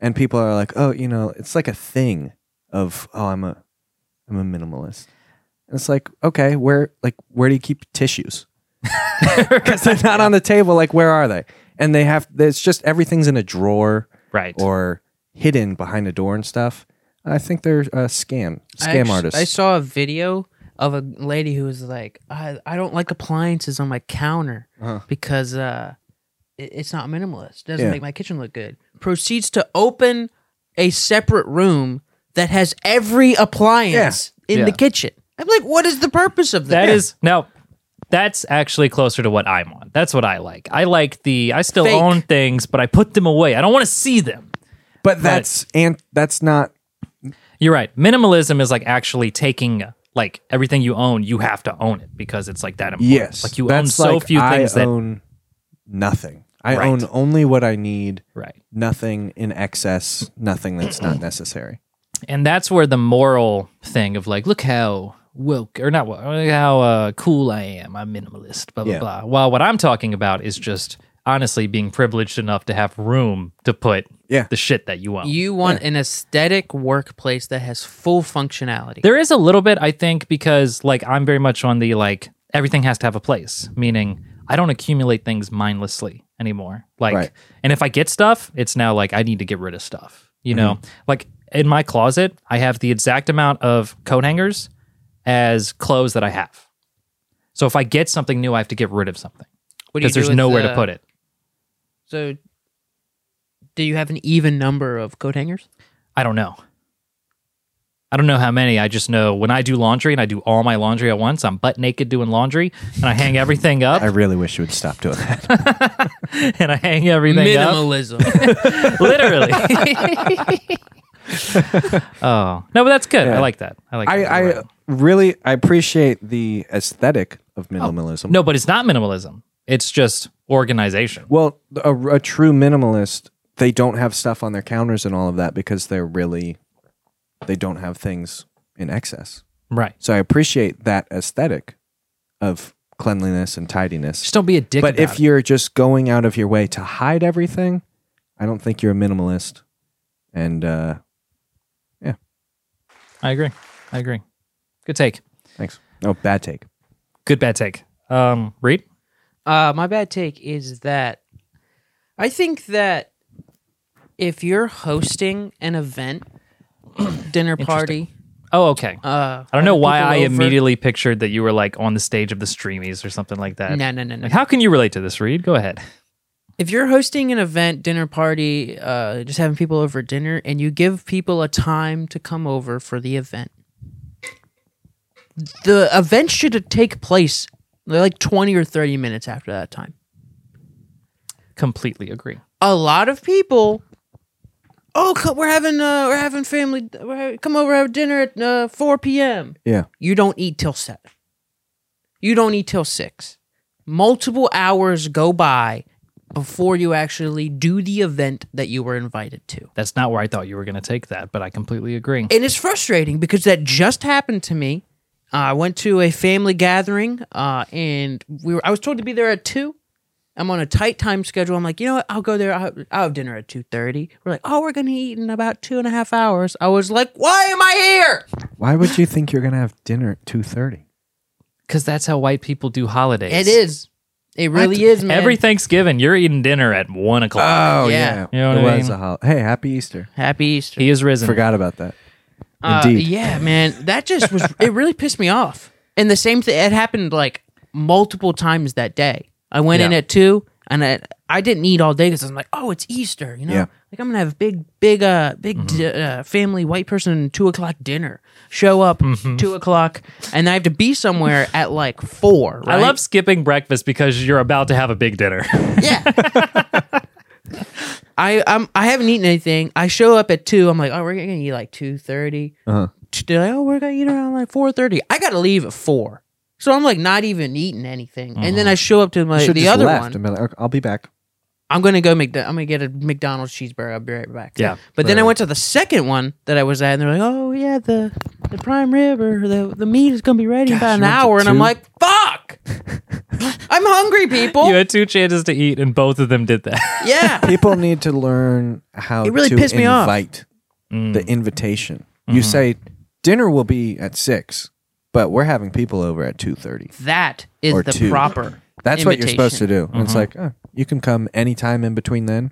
and people are like oh you know it's like a thing of oh i'm a i'm a minimalist and it's like okay where like where do you keep tissues because they're not on the table like where are they and they have it's just everything's in a drawer
right
or hidden behind a door and stuff i think they're a scam
I
scam
actu-
artists
I saw a video of a lady who was like, I, I don't like appliances on my counter
Uh-huh.
because uh, it, it's not minimalist. doesn't
Yeah.
make my kitchen look good. Proceeds to open a separate room that has every appliance in
Yeah.
the kitchen. I'm like, what is the purpose of that?
that is now that's actually closer to what I'm on. That's what I like. I like the I still
Fake.
own things, but I put them away. I don't want to see them.
but that's and that's not
You're right. Minimalism is like actually taking like everything you own, you have to own it because it's like that important.
Yes,
Like you own
that's
so
like
few
I
things that
own nothing. I
Right.
own only what I need.
Right.
Nothing in excess. Nothing that's not necessary.
and that's where the moral thing of like, look how woke or not woke, look how uh, cool I am. I'm minimalist, blah blah
Yeah.
blah. While what I'm talking about is just honestly being privileged enough to have room to put
yeah.
the shit that you own.
You want an aesthetic workplace that has full functionality.
There is a little bit, I think, because like I'm very much on the like everything has to have a place, meaning I don't accumulate things mindlessly anymore. Like,
Right.
and if I get stuff, it's now like I need to get rid of stuff, you know? Like in my closet, I have the exact amount of coat hangers as clothes that I have. So if I get something new, I have to get rid of something.
What do you
because there's
do with,
nowhere
uh,
to put it.
So, do you have an even number of coat hangers?
I don't know. I don't know how many. I just know when I do laundry and I do all my laundry at once, I'm butt naked doing laundry and I hang everything up
I really wish you would stop doing that.
and I hang everything
Minimalism.
up. Literally. oh. No, but that's good.
Yeah.
I like that. I like that.
I, I really I appreciate the aesthetic of minimalism.
Oh, No, but it's not minimalism. It's just organization.
Well, a, a true minimalist, they don't have stuff on their counters and all of that because they're really, they don't have things in excess.
Right.
So I appreciate that aesthetic of cleanliness and tidiness.
Just don't be a dick.
but
about
if
it.
you're just going out of your way to hide everything, I don't think you're a minimalist. And uh,
I agree. I agree. Good take.
thanks. No, oh, bad take.
Good bad take. Um, Reed?
Uh, my bad take is that I think that if you're hosting an event, dinner party,
Oh, okay.
uh,
I don't know
having
why
people
I
over-
immediately pictured that you were like on the stage of the streamies or something like that.
No, no, no, no.
Like, how can you relate to this, Reed? Go ahead.
if you're hosting an event, dinner party, uh, just having people over dinner, and you give people a time to come over for the event, the event should take place like 20 or 30 minutes after that time.
Completely agree.
A lot of people, oh, co- we're having uh, we're having family, we're ha- come over have dinner at uh, 4 p.m.
Yeah.
You don't eat till seven. You don't eat till six. Multiple hours go by before you actually do the event that you were invited to.
That's not where I thought you were going to take that, but I completely agree.
And it's frustrating because that just happened to me. Uh, I went to a family gathering, uh, and we were. I was told to be there at two. I'm on a tight time schedule. I'm like, you know what? I'll go there. I'll, I'll have dinner at two thirty. We're like, oh, we're gonna eat in about two and a half hours. I was like, why am I here?
Why would you think you're going to have dinner at 2.30?
Because that's how white people do holidays.
It is. It really is, man.
Every Thanksgiving, you're eating dinner at one o'clock.
Oh,
Yeah.
yeah.
You know what
it
I
was
mean?
a hol- Hey, happy Easter.
Happy Easter.
he is risen.
Forgot about that.
Uh,
Indeed.
yeah, man. That just was. it really pissed me off. And the same thing. It happened like multiple times that day. I went in
Yeah.
at two, and I I didn't eat all day because I'm like, oh, it's Easter, you know.
Yeah.
Like I'm gonna have big, big, uh, big
Mm-hmm.
di- uh, family white person two o'clock dinner. Show up
Mm-hmm.
two o'clock, and I have to be somewhere at like four.
I
right?
love skipping breakfast because you're about to have a big dinner.
I I'm, I haven't eaten anything. I show up at two. I'm like, oh, we're gonna eat like two thirty.
Uh-huh.
They're like, oh, we're gonna eat around like four thirty. I gotta leave at four, so I'm like not even eating anything. And then I show up to my
Uh-huh. You should
the
just
other
left
one.
and been like, "Oh, I'll be back.
I'm gonna go McDo- I'm gonna get a McDonald's cheeseburger. I'll be right back.
Yeah,
But then I went to the second one that I was at, and they're like, oh yeah, the the prime rib or the the meat is gonna be ready in about an
you went to
hour, and I'm
two?
like, fuck, I'm hungry, people.
you had two chances to eat, and both of them did that.
yeah.
People need to learn how
It really
to
pissed me off.
invite
Mm. Mm-hmm.
the invitation. You say dinner will be at six, but we're having people over at two thirty.
That is
Or
the
two.
proper.
That's what you're supposed to
invitation.
do. And it's
Mm-hmm.
like oh, you can come anytime in between then.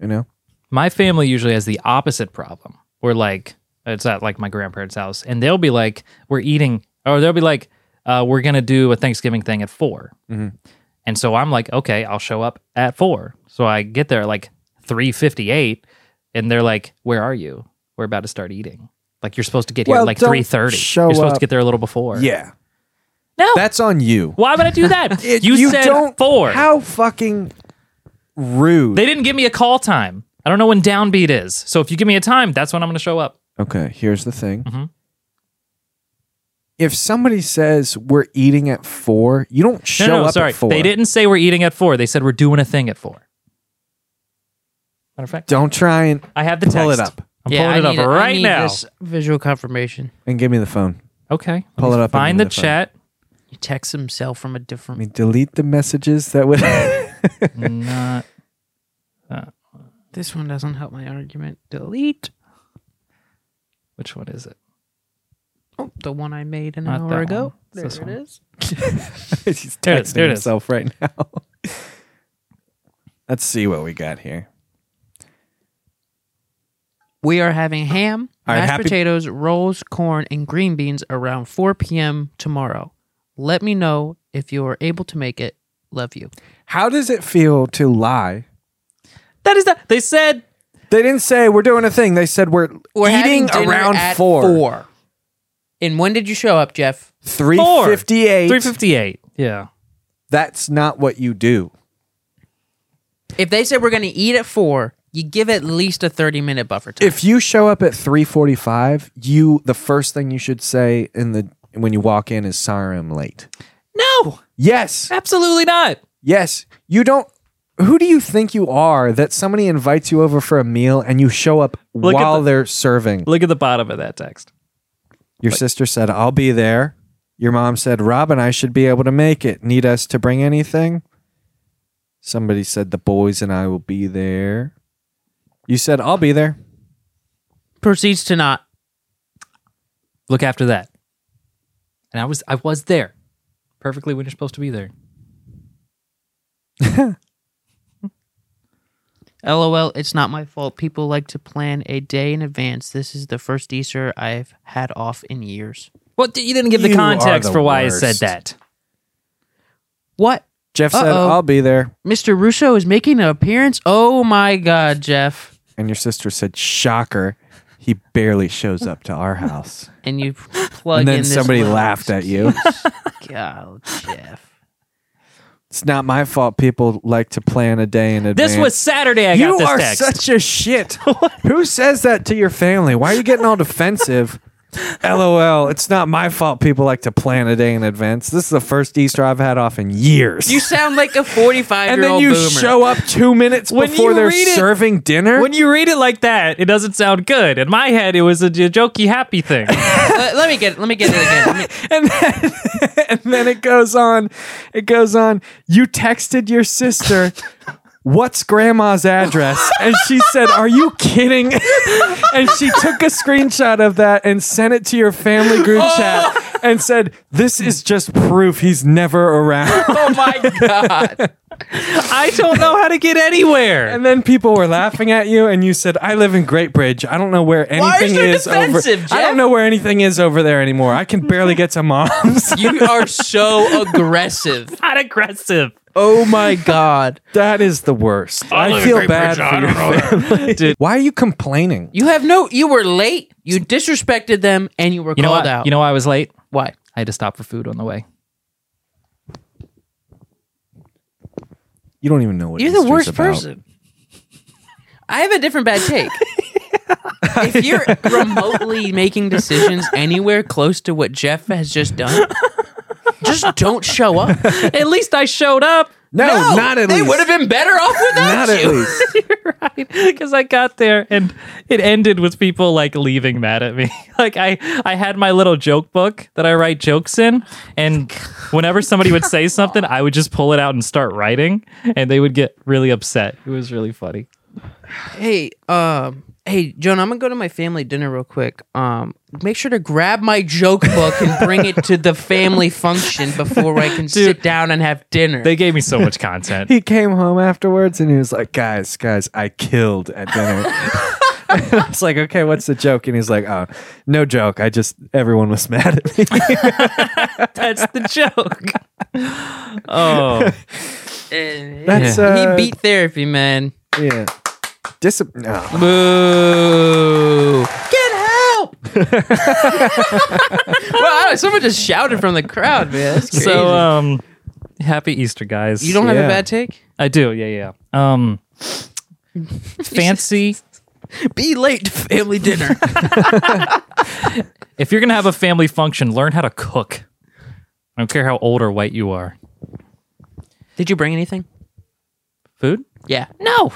You know,
my family usually has the opposite problem where like it's at like my grandparents house and they'll be like we're eating or they'll be like uh, we're gonna do a thanksgiving thing at 4
Mhm.
and so i'm like okay i'll show up at four so i get there at like 358 and they're like where are you we're about to start eating like you're supposed to get here
Well,
at like
don't
3.30
show
you're supposed to
up-
get there a little before
yeah,
no
that's on you.
why would i do that
It-
you, said four
How fucking rude.
they didn't give me a call time i don't know when downbeat is so if you give me a time that's when i'm gonna show up
okay, here's the thing.
Mhm.
If somebody says we're eating at four, you don't show
no, no,
up
sorry.
at four.
They didn't say we're eating at four. They said we're doing a thing at four. Matter of fact,
Don't try and
I have the
pull it
text.
up
I'm pulling
I
it
need- I
up right
need
now.
this visual confirmation.
and give me the phone.
Okay, let
Pull
me
it up and
Find
give me
the,
the phone.
chat.
He texts himself from a
I
different.
mean, delete the messages that would.
Not
This one doesn't help my argument. Delete.
which one is it?
Oh, the one I made an
Not
hour
that
ago.
one. It's this
there
one.
it is.
He's
There it is,
texting
there it is.
himself right now. Let's see what we got here.
We are having ham,
All right,
mashed
happy-
potatoes, rolls, corn, and green beans around 4 p.m. tomorrow. Let me know if you are able to make it. love you.
How does it feel to lie?
That is the. They said
They didn't say we're doing a thing. They said we're,
we're
eating
having dinner
around
at
four.
four. And when did you show up, Jeff?
358.
358. Yeah.
That's not what you do.
If they said we're going to eat at four, you give at least a thirty minute buffer time.
If you show up at 345, you the first thing you should say in the when you walk in is sorry I'm late.
No,
Yes.
absolutely not.
Yes. You don't who do you think you are that somebody invites you over for a meal and you show up
Look at
while
the-
they're serving?
Look at the bottom of that text.
Your sister said, I'll be there. Your mom said, Rob and I should be able to make it. Need us to bring anything? Somebody said, The boys and I will be there. You said, I'll be there.
Proceeds to not.
Look after that. And I was I was there. Perfectly when you're supposed to be there.
LOL, it's not my fault. People like to plan a day in advance. This is the first Easter I've had off in years.
Well, you didn't give the
You are
context
the
for why I said
worst.
that.
What?
Jeff said,
Uh-oh.
I'll be there.
Mr. Russo is making an appearance? Oh my God, Jeff.
And your sister said, Shocker. He barely shows up to our house.
And you plug
and then
in this
somebody
little-
laughed at you.
God, Jeff.
it's not my fault people like to plan a day in advance.
This was Saturday I
you
got this
are
text.
such a shit. Who says that to your family? Why are you getting all defensive? LOL. It's not my fault people like to plan a day in advance. This is the first Easter I've had off in years.
You sound like a 45
and
year
then
old
you
boomer.
show up two minutes
When
before
you
they're
read it-
serving dinner.
when you read it like that, it doesn't sound good. In my head, it was a j- jokey happy thing.
let, let me get let me get it again. Let me-
and then, and then it goes on. It goes on. You texted your sister. What's grandma's address? And she said, Are you kidding? And she took a screenshot of that and sent it to your family group
Oh.
chat and said, This is just proof he's never around.
oh my God.
I don't know how to get anywhere.
And then people were laughing at you, and you said, "I live in Great Bridge. I don't know where
are you
anything
so
is over.
defensive,
I
Jeff?
don't know where anything is over there anymore. I can barely get to mom's."
You are so aggressive.
Not aggressive.
Oh my God.
That is the worst. I,
live in
feel
Great
bad
Bridge. I
for your family. Why are you complaining?
You have no you were late, you disrespected them, and you were
You know
called
what?
out.
You know why I was late?
why?
I had to stop for food on the way.
You don't even know what
You're the
Easter's
worst
about.
person. I have a different bad take. if you're remotely making decisions anywhere close to what Jeff has just done, just don't show up.
At least I showed up.
No, not at
they
least.
would have been better off without
not at
you.
least.
You're right. Because I got there and it ended with people like leaving mad at me. Like I, I had my little joke book that I write jokes in. And whenever somebody would say something, I would just pull it out and start writing. And they would get really upset. It was really funny.
Hey, um, hey, Joan, I'm gonna go to my family dinner real quick. Um, make sure to grab my joke book and bring it to the family function before I can sit down and have dinner.
They gave me so much content.
He came home afterwards and he was like, "Guys, guys, I killed at dinner." And I was like, "Okay, what's the joke?" And he's like, "Oh, no joke. I just everyone was mad at me."
That's the joke. Oh,
And
That's,
he-
uh,
he beat therapy, man.
yeah. Dis- no.
Boo! Get help! wow, someone just shouted from the crowd, man. That's crazy.
so um, happy Easter, guys.
uh, you don't have
yeah.
a bad take?
I do. Yeah, yeah. Um, fancy.
Be late to family dinner.
If you're gonna have a family function, learn how to cook. I don't care how old or white you are.
Did you bring anything?
Food?
Yeah.
No.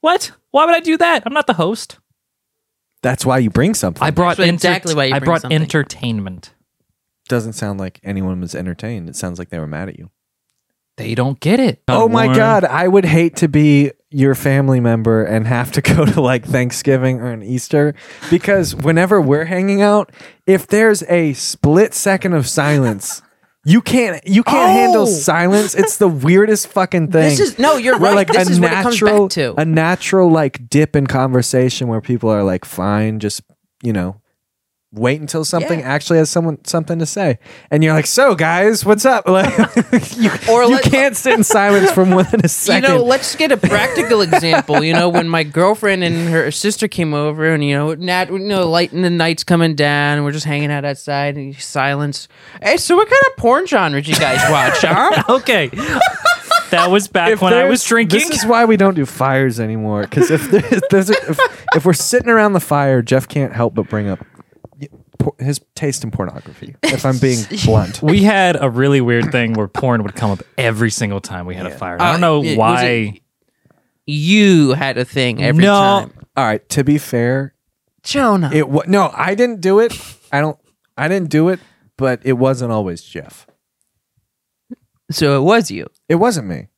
What? Why would I do that? I'm not the host.
That's why you bring something.
I brought
That's exactly
entert-
why you
I
bring
brought
something.
entertainment.
Doesn't sound like anyone was entertained. It sounds like they were mad at you.
They don't get it.
Oh my
Warm.
god, I would hate to be your family member and have to go to like Thanksgiving or an Easter because whenever we're hanging out, if there's a split second of silence, you can't you can't
Oh!
handle silence. It's the weirdest fucking thing.
This is no, you're
Where,
right. this is
natural
what it comes
a
back to.
natural like dip in conversation where people are like fine, just you know, wait until something actually has someone something to say, and you're like, "So guys, what's up?" Like, you, you can't sit in silence for more than a
You
second.
know, let's get a practical example. You know, when my girlfriend and her sister came over, and you know, Nat, you know, light in the night's coming down, and we're just hanging out outside and silence. Hey, so what kind of porn genres you guys watch, huh?
okay, that was back when I was
There's-
drinking.
This is why we don't do fires anymore. Because if there's, if there's a, if, if we're sitting around the fire, Jeff can't help but bring up y- por- his taste in pornography. If I'm being blunt,
we had a really weird thing where porn would come up every single time we had a fire. I don't know
Uh, it- was
why.
You had a thing every
No.
time.
All right. To be fair,
Jonah.
It wa- no, I didn't do it. I don't. I didn't do it. But it wasn't always Jeff.
So it was you.
It wasn't me.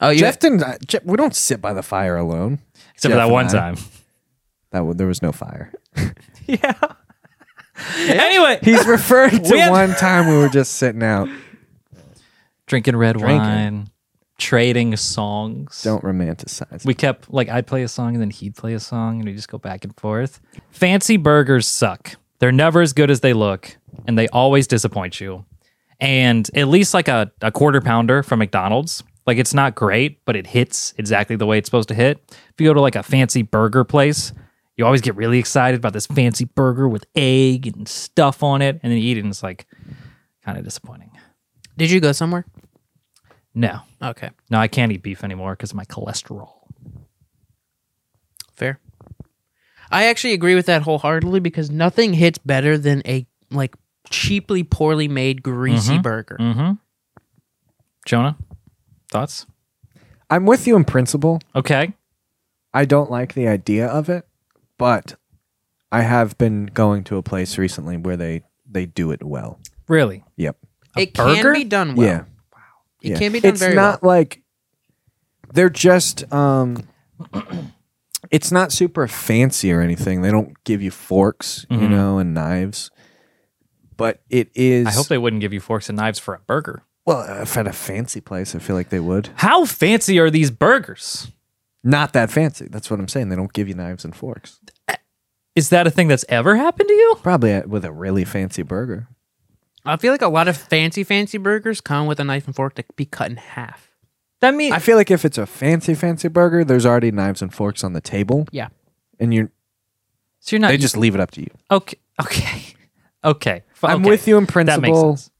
Oh, you-
Jeff didn't. I- Jeff, we don't sit by the fire alone.
Except for that
and
one
I.
time.
That w- there was no fire.
Anyway,
He's referring to
We have-
one time we were just sitting out.
drinking red
Drinking.
wine, trading songs.
Don't romanticize.
We kept like I'd play a song and then he'd play a song and we just go back and forth. Fancy burgers suck. They're never as good as they look and they always disappoint you. And at least like a, a quarter pounder from McDonald's, like it's not great, but it hits exactly the way it's supposed to hit. If you go to like a fancy burger place, you always get really excited about this fancy burger with egg and stuff on it, and then you eat it and it's like kind of disappointing.
Did you go somewhere?
No.
Okay.
No, I can't eat beef anymore because of my cholesterol.
Fair. I actually agree with that wholeheartedly because nothing hits better than a like cheaply, poorly made, greasy
Mhm.
burger.
Mm-hmm. Jonah, thoughts?
I'm with you in principle.
Okay.
I don't like the idea of it, but I have been going to a place recently where they they do it well.
Really?
Yep.
It can be done well.
Yeah.
It
Yeah.
can be done
it's
very
not like they're just um it's not super fancy or anything. They don't give you forks, you
Mhm.
know, and knives. But it is
I hope they wouldn't give you forks and knives for a burger.
well, if at a fancy place, I feel like they would.
How fancy are these burgers?
Not that fancy. That's what I'm saying. They don't give you knives and forks.
Is that a thing that's ever happened to you?
Probably at- with a really fancy burger.
I feel like a lot of fancy, fancy burgers come with a knife and fork to be cut in half.
That means
I feel like if it's a fancy, fancy burger, there's already knives and forks on the table.
Yeah.
And you're
So you're not
they just leave it up to you.
Okay. Okay. Okay. F-
I'm
okay.
with you in
That makes
principle.
sense.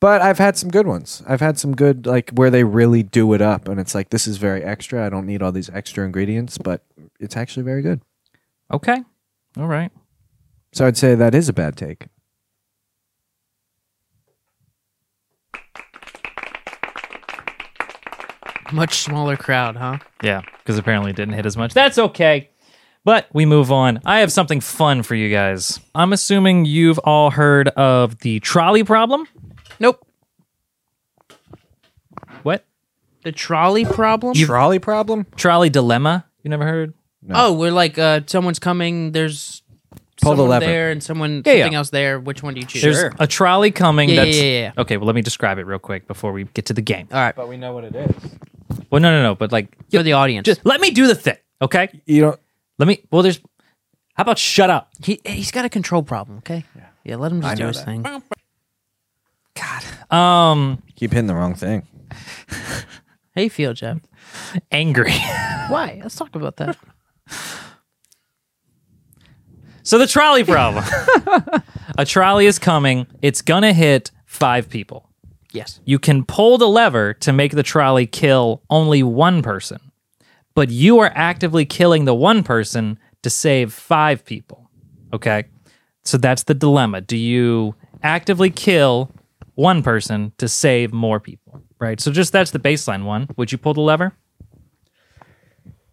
But I've had some good ones. I've had some good like where they really do it up and it's like this is very extra. I don't need all these extra ingredients, but it's actually very good.
Okay. All right.
So I'd say that is a bad take.
Much smaller crowd, huh?
Yeah, because apparently it didn't hit as much. That's okay. But we move on. I have something fun for you guys. I'm assuming you've all heard of the trolley problem.
Nope.
What?
The trolley problem?
trolley problem?
Trolley dilemma. You never heard?
Oh, we're like uh, someone's coming. There's
Pull the
someone
lever.
there and someone
Yeah, yeah.
something else there. Which one do you choose?
There's a trolley coming.
Yeah,
that's,
yeah, yeah,
Okay, well, let me describe it real quick before we get to the game. Uh,
All right.
But we know what it is.
Well, no, no, no, but like
For the audience.
just let me do the thing, okay?
You don't
Let me. Well, there's. How about shut up?
he he's got a control problem. Okay. Yeah. let him
I
just do
know
his
that.
thing.
Um,
Keep hitting the wrong thing.
How you feel, Jeff?
angry.
Why? Let's talk about that.
So the trolley problem. a trolley is coming. It's gonna hit five people.
yes.
You can pull the lever to make the trolley kill only one person, but you are actively killing the one person to save five people. Okay? So that's the dilemma. Do you actively kill one person to save more people? Right? So just that's the baseline one. Would you pull the lever?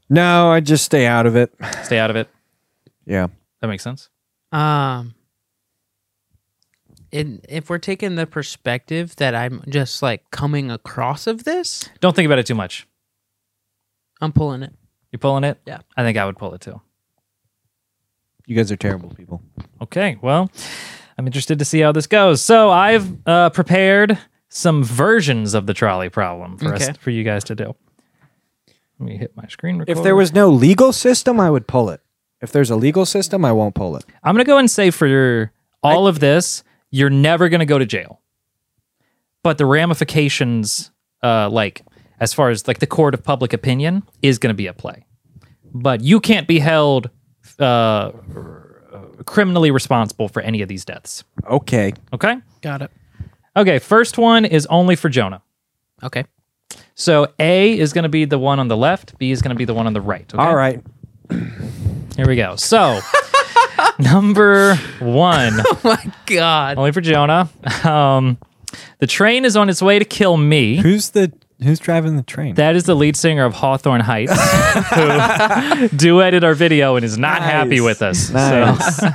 No, I just stay out of it.
Stay out of it.
Yeah.
That makes sense.
Um, in, if we're taking the perspective that I'm just like coming across of this,
Don't think about it too much.
I'm pulling it.
You pulling it?
Yeah.
I think I would pull it too.
You guys are terrible people.
Okay, well, I'm interested to see how this goes. So I've uh, prepared some versions of the trolley problem for us
Okay.
for you guys to do. Let me hit my screen. Recorder.
If there was no legal system, I would pull it. If there's a legal system, I won't pull it.
I'm gonna go and say for your, all of this, you're never gonna go to jail. But the ramifications, uh, like as far as like the court of public opinion, is gonna be at play. But you can't be held uh, criminally responsible for any of these deaths.
Okay.
Okay.
Got it.
Okay. First one is only for Jonah.
Okay.
So A is gonna be the one on the left. B is gonna be the one on the right. Okay?
All right.
Here we go. So, number one.
Oh my god.
Only for Jonah. Um, the train is on its way to kill me.
Who's the who's driving the train?
That is the lead singer of Hawthorne Heights, who duetted our video and is not
Nice.
happy with us.
Nice.
So.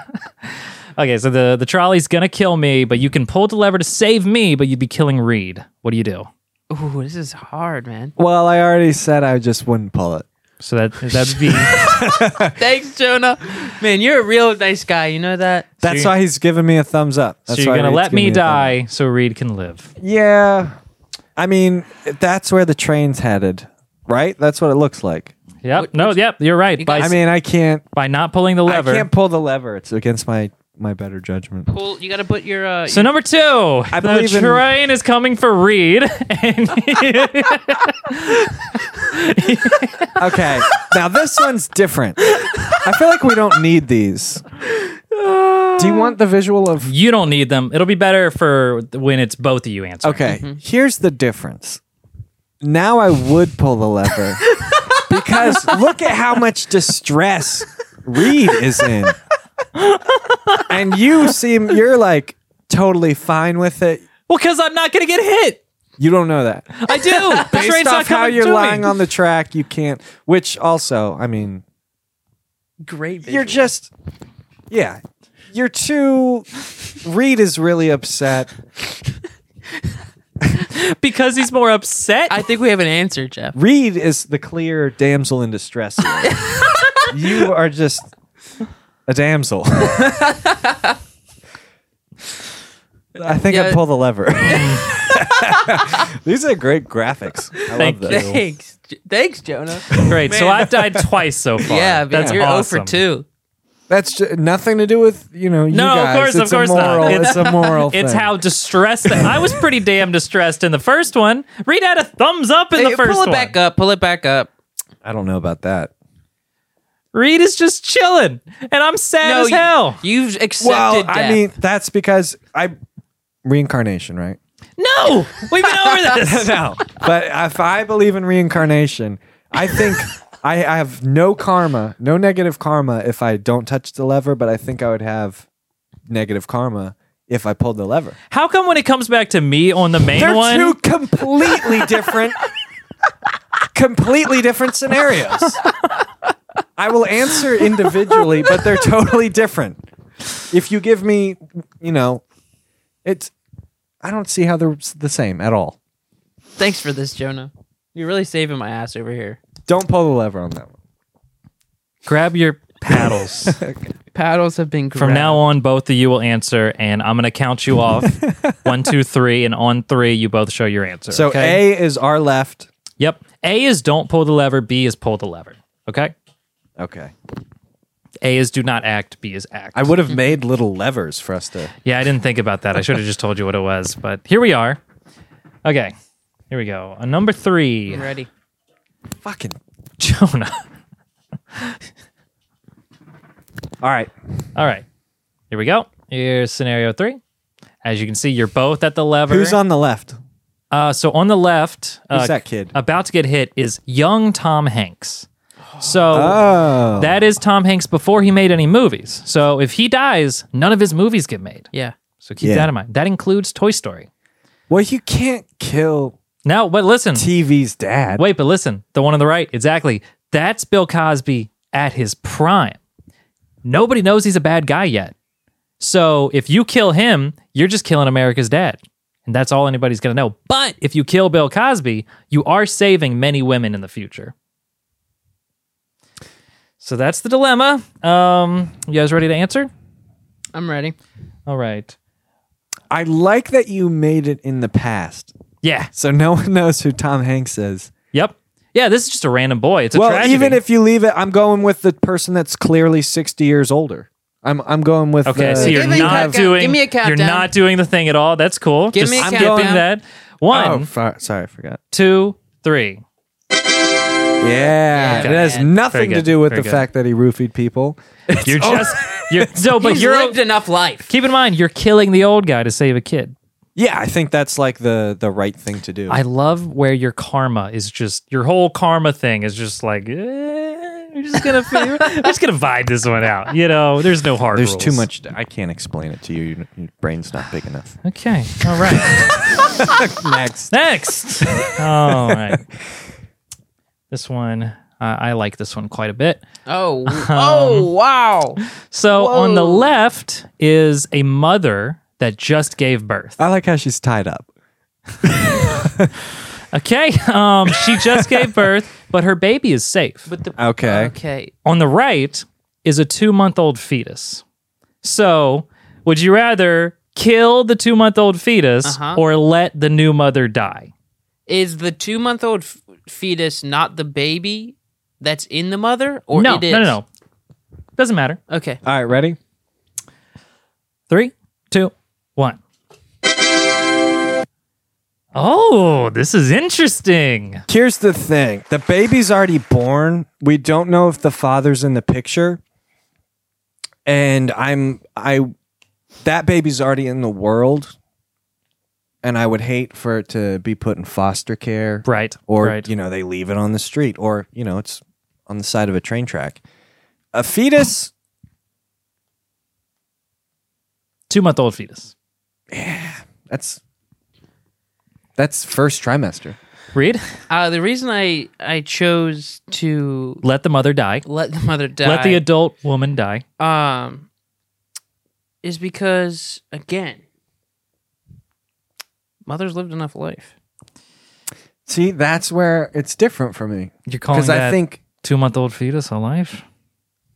okay, so the, the trolley's gonna kill me, but you can pull the lever to save me, but you'd be killing Reed. What do you do?
Ooh, this is hard, man.
Well, I already said I just wouldn't pull it.
So that that'd be
Thanks, Jonah. Man, you're a real nice guy. You know that?
That's why he's giving me a thumbs up.
so
That's
you're
why
gonna
Reed's
let
giving
me
a thumbs
die so Reed can live.
Yeah. I mean, that's where the train's headed, right? That's what it looks like.
Yep. no. Yep. You're right. by,
I mean, I can't
by not pulling the lever.
I can't pull the lever. It's against my my better judgment.
Pull, you got to put your. Uh,
So number two, the
believe in-
train is coming for Reed, and
Okay. now this one's different. I feel like we don't need these. Do you want the visual of
you don't need them. It'll be better for when it's both of you answering.
Okay, here's the difference. Now I would pull the lever because look at how much distress Reed is in. And you seem you're like totally fine with it.
Well, because I'm not gonna get hit.
You don't know that.
I do. The
Based
train's not
off how
coming
you're
to
lying
me.
on the track, you can't which also, I mean,
Great. Visual.
you're just yeah. You're too Reed is really upset.
because he's more upset.
I think we have an answer, Jeff.
Reed is the clear damsel in distress. here. you are just a damsel. I think
Yeah.
I pull the lever. These are great graphics. I
Thank
love those.
Thanks. J- Thanks, Jonah.
Great. So
Man.
I've died twice so far.
Yeah, man,
that's
you're
awesome.
0 for 2.
That's ju- nothing to do with you know. You
No,
guys.
of course,
it's
of course
a moral,
not.
It's, a moral.
It's
thing.
how distressed that I was. Pretty damn distressed in the first one. Reed had a thumbs up in
Hey,
the first
pull it
one.
back up. Pull it back up.
I don't know about that.
Reed is just chilling, and I'm sad as
you-
hell.
You've accepted
Well,
death.
I mean, that's because I reincarnation, right?
No, we've been over this.
no. But if I believe in reincarnation, I think I, I have no karma, no negative karma if I don't touch the lever, but I think I would have negative karma if I pulled the lever.
How come when it comes back to me on the main
They're
one,
two completely different completely different scenarios. I will answer individually, but they're totally different. If you give me, you know, it's I don't see how they're s- the same at all.
Thanks for this, Jonah. You're really saving my ass over here.
Don't pull the lever on that one.
grab your paddles.
Paddles have been
From now on, both of you will answer, and I'm going to count you off one, two, three, and on three, you both show your answer.
So
okay?
A is our left.
yep. A is don't pull the lever. B is pull the lever. Okay.
Okay.
A is do not act. B is act.
I would have made little levers for us to.
Yeah, I didn't think about that. I should have just told you what it was, but here we are. Okay. Here we go. Uh, number three,
I'm ready.
Fucking.
Jonah.
All right.
All right. Here we go. Here's scenario three. As you can see, you're both at the lever.
Who's on the left?
Uh, so on the left,
Who's
uh,
that kid?
about to get hit is young Tom Hanks. So
Oh.
that is Tom Hanks before he made any movies. So if he dies, none of his movies get made.
Yeah.
So keep
Yeah.
that in mind. That includes Toy Story.
well, you can't kill
Now, but listen,
TV's dad.
wait, but listen, the one on the right, exactly. That's Bill Cosby at his prime. Nobody knows he's a bad guy yet. So if you kill him, you're just killing America's dad. And that's all anybody's going to know. But if you kill Bill Cosby, you are saving many women in the future. So that's the dilemma. Um, you guys ready to answer?
I'm ready.
All right.
I like that you made it in the past,
Yeah.
so no one knows who Tom Hanks is.
Yep. Yeah, this is just a random boy. It's a
well,
tragedy.
even if you leave it, I'm going with the person that's clearly 60 years older. I'm I'm going with.
Okay,
the,
so you're
Give me a
not
countdown.
doing.
Give me a
You're
countdown.
not doing the thing at all. That's cool.
Give
Just
me a
skipping
countdown.
that.
Oh,
One,
far, sorry, I forgot.
two, three.
Yeah,
Okay.
it has
Very
nothing to
good,
do with
very
the
good.
fact that he roofied people.
You're just. You're, no, but
He's
you're.
lived enough life.
Keep in mind, you're killing the old guy to save a kid.
Yeah, I think that's like the the right thing to do.
I love where your karma is just your whole karma thing is just like eh, we're just gonna
Oh,
figure, we're just gonna vibe this one out. You know, there's no hard.
There's
rules.
too much. I can't explain it to you. Your, your brain's not big enough.
Okay. All right.
Next.
Next. All right. This one, uh, I like this one quite a bit.
Oh,
Um,
oh, wow.
So on the
Whoa.
left is a mother that just gave
Uh,
birth.
I like how she's tied up.
Okay. Um, she just gave birth, but her baby is safe.
But the
Okay.
okay,
On the right is a two month old fetus. So, would you rather kill the two month old fetus
Uh-huh.
or let the new mother die?
is the two month old f- fetus not the baby that's in the mother, or
no,
it is?
no, no, no. Doesn't matter.
Okay,
All right, ready?
Three, two, one. Oh, this is interesting.
Here's the thing: the baby's already born. We don't know if the father's in the picture, and I'm I. That baby's already in the world, and I would hate for it to be put in foster care,
Right.
or
right.
you know they leave it on the street, or you know it's on the side of a train track. A fetus.
Two month old fetus.
That's that's first trimester.
Read.
Uh, the reason I I chose to
Let the mother die.
let the mother die.
Let the adult woman die.
um is because again mother's lived enough life
See, that's where it's different for me
You're calling
because
that
I think
two month old fetus alive?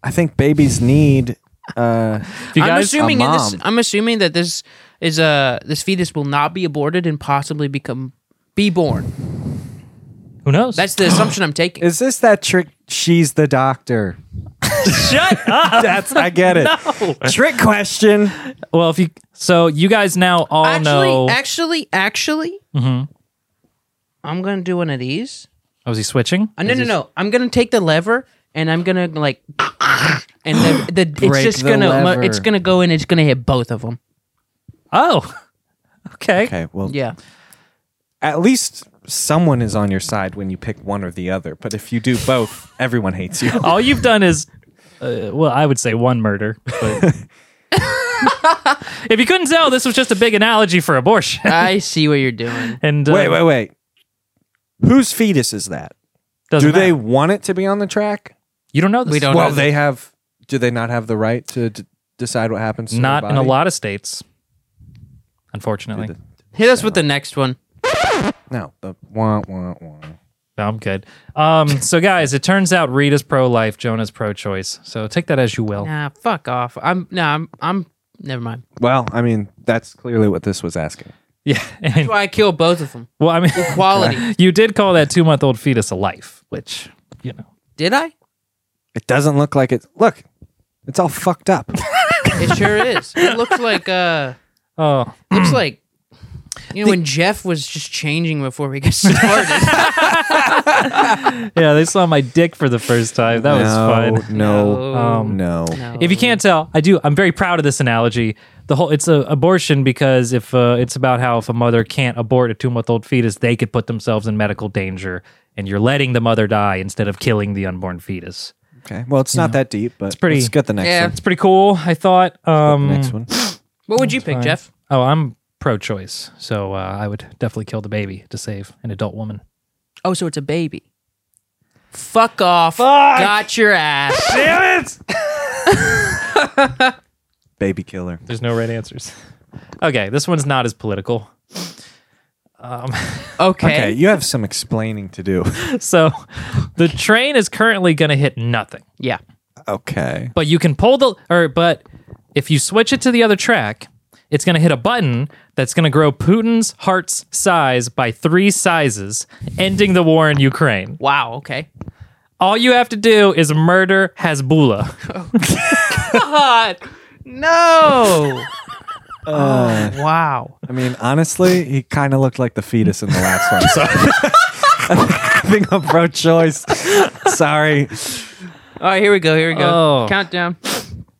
I think babies need. Uh,
If you
i'm
guys,
assuming
A
in this
mom.
i'm assuming that this is uh this fetus will not be aborted and possibly become be born
who knows?
that's the assumption i'm taking
Is this that trick? She's the doctor.
shut up.
That's I get it.
No.
Trick question.
Well, if you so you guys now all
actually
know.
actually actually
Mhm.
Mm-hmm.
i'm gonna do one of these
Oh, is he switching?
Uh, no no no i'm gonna take the lever and i'm gonna like and the, the it's
Break
just
the
gonna
lever.
it's gonna go in it's gonna hit both of them
Oh, okay.
Okay, well,
yeah
at least someone is on your side when you pick one or the other. But if you do both, everyone hates you.
All you've done is, uh, well, I would say one murder. But if you couldn't tell, this was just a big analogy for abortion.
i see what you're doing
And uh,
Wait, wait, wait. Whose fetus is that?
doesn't
do they
matter.
want it to be on the track?
You don't know this.
We don't
well,
know.
they have. Do they not have the right to d- decide what happens? To
Not
their
in a
body?
lot of states, unfortunately.
Did
hit us with the next one
No. The wah, wah, wah.
No, I'm good. Um, so, guys, it turns out Rita's pro-life, Jonah's pro-choice. So take that as you will.
Nah, fuck off. I'm nah, I'm I'm never mind.
Well, I mean, that's clearly what this was asking.
Yeah.
That's
And,
why I kill both of them.
well, I mean,
Equality.
you did call that two-month-old fetus a life, which you know.
Did I?
It doesn't look like it. Look, it's all fucked up.
It sure is. It looks like uh
Oh,
looks like you know when Jeff was just changing before we got started.
yeah. They saw my dick for the first time. That was fun.
no, No,
Um,
no.
no.
If you can't tell, I do. I'm very proud of this analogy. The whole it's a abortion because if uh, it's about how if a mother can't abort a two month old fetus, they could put themselves in medical danger, and you're letting the mother die instead of killing the unborn fetus.
Okay. Well, it's not that deep, but it's
pretty-
pretty. Let's get the next
Yeah.
one.
It's pretty cool. I thought. Um,
next one.
What would you pick, Jeff?
Oh, I'm pro-choice, so uh, I would definitely kill the baby to save an adult woman.
Oh, so it's a baby. Fuck off. Got your ass.
Damn it!
Baby killer.
There's no right answers. Okay, this one's not as political.
Okay.
Okay, you have some explaining to do.
So, the train is currently going to hit nothing.
Yeah.
okay.
but you can pull the or but if you switch it to the other track it's going to hit a button that's going to grow Putin's heart's size by three sizes, ending the war in Ukraine.
Wow. Okay.
All you have to do is murder Hezbollah.
God, no.
Oh.
wow.
I mean, honestly, he kind of looked like the fetus in the last one. So I think I'm pro choice. Sorry.
All right, here we go. Here we go.
Oh.
Countdown.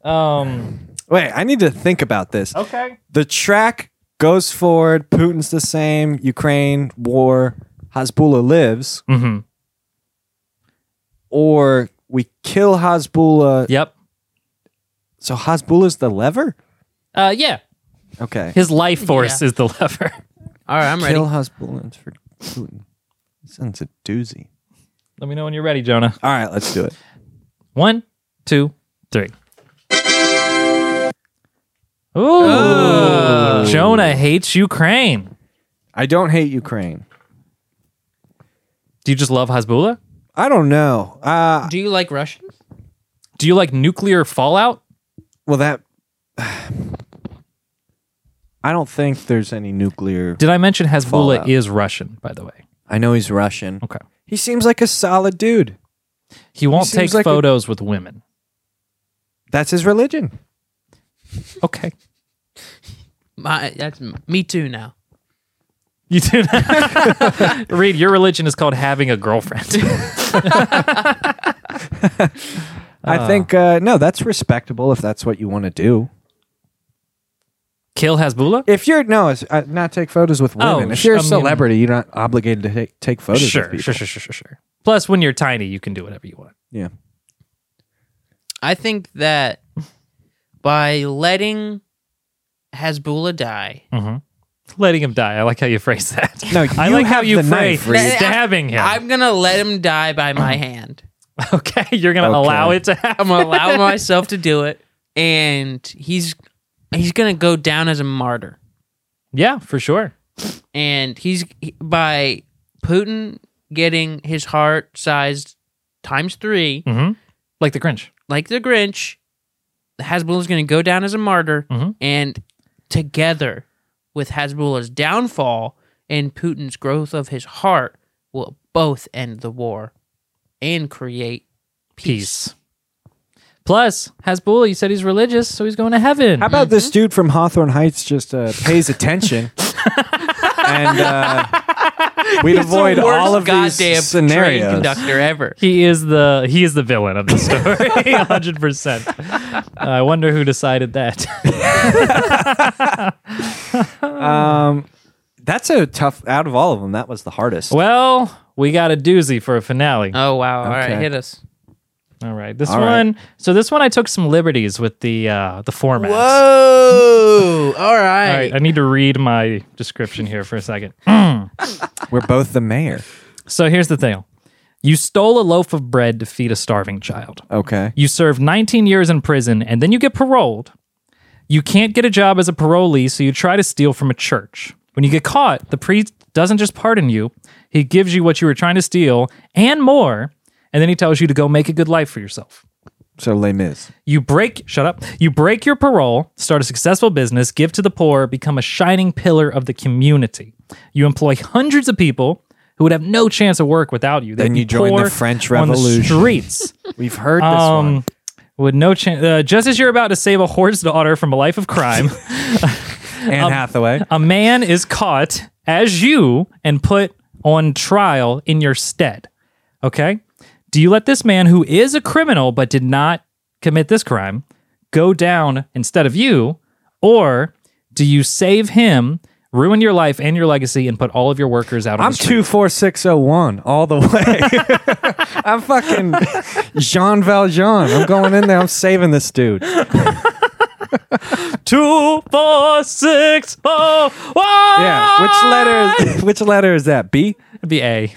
Um,
Wait, I need to think about this.
okay.
The track goes forward. Putin's the same. Ukraine, war. Hezbollah lives.
hmm
Or we kill Hezbollah.
Yep.
So Hezbollah's the lever?
Uh, yeah.
Okay.
His life force is the lever.
All right, I'm ready.
Kill Hezbollah for Putin. This sounds a doozy.
Let me know when you're ready, Jonah.
All right, let's do it.
One, two, three. Ooh. Oh. Jonah hates Ukraine.
I don't hate Ukraine.
Do you just love Hezbollah?
I don't know. Uh,
Do you like Russians?
Do you like nuclear fallout?
well, that. I don't think there's any nuclear.
Did I mention Hezbollah
Fallout.
is Russian, by the way?
I know he's Russian.
Okay.
He seems like a solid dude.
He won't
seems
take
like a-
photos with women.
That's his religion.
Okay.
My, that's m- me too now.
You do not. Reed, your religion is called having a girlfriend.
I think uh, no, that's respectable if that's what you want to do.
Kill Hezbollah?
If you're no, it's, uh, not take photos with
Oh,
women. if
sh-
you're a
I mean-
celebrity, you're not obligated to take, take photos.
Sure,
with people.
sure, sure, sure, sure, sure. Plus, when you're tiny, you can do whatever you want.
Yeah,
I think that by letting Hezbollah die,
Mm-hmm. Letting him die. I like how you phrase that.
No,
I
you
like how
have the
you
knife,
phrase
Reed.
stabbing him.
I'm gonna let him die by my hand.
okay, you're gonna allow
Okay.
it to happen.
I'm gonna allow myself to do it, and he's he's gonna go down as a martyr.
yeah, for sure.
And he's he- by Putin getting his heart sized times three,
hmm Like the Grinch.
like the Grinch. Hezbollah's gonna go down as a martyr,
Mhm.
and together with Hezbollah's downfall and Putin's growth of his heart, will both end the war and create peace.
Peace. Plus, Hezbollah, you said he's religious, so he's going to heaven.
How about this dude from Hawthorne Heights just uh, pays attention, and uh, we'd
He's the
avoid
worst
all of
goddamn
these
train
scenarios.
conductor ever.
He is the he is the villain of the story, hundred percent. Uh, I wonder who decided that.
Um, that's a tough. Out of all of them, that was the hardest.
well, we got a doozy for a finale.
Oh wow! All right,
Okay.
hit us.
All right, this
Uh, All right.
one. So this one, I took some liberties with the uh, the format.
Whoa! All
All
right.
right, I need to read my description here for a second.
We're both the mayor.
So here's the thing: you stole a loaf of bread to feed a starving child.
Okay.
You serve 19 years in prison and then you get paroled. You can't get a job as a parolee, so you try to steal from a church. When you get caught, the priest doesn't just pardon you, he gives you what you were trying to steal and more, and then he tells you to go make a good life for yourself.
So Les Mis.
You break, shut up. You break your parole, start a successful business, give to the poor, become a shining pillar of the community. You employ hundreds of people who would have no chance of work without you. They'd
Then
be
you join the
poor
French
on the
Revolution.
streets.
We've heard this one.
Um, with no chance, uh, just as you're about to save a whore's daughter from a life of crime,
Anne Hathaway.
a man is caught as you and put on trial in your stead. Okay? Do you let this man who is a criminal but did not commit this crime go down instead of you? Or do you save him, ruin your life and your legacy, and put all of your workers out on
I'm
the street?
two four six zero one all the way. I'm fucking Jean Valjean. I'm going in there. I'm saving this dude.
two, four, six, oh, one.
Yeah. Which letter? Is, which letter is that? B.
It'd be A.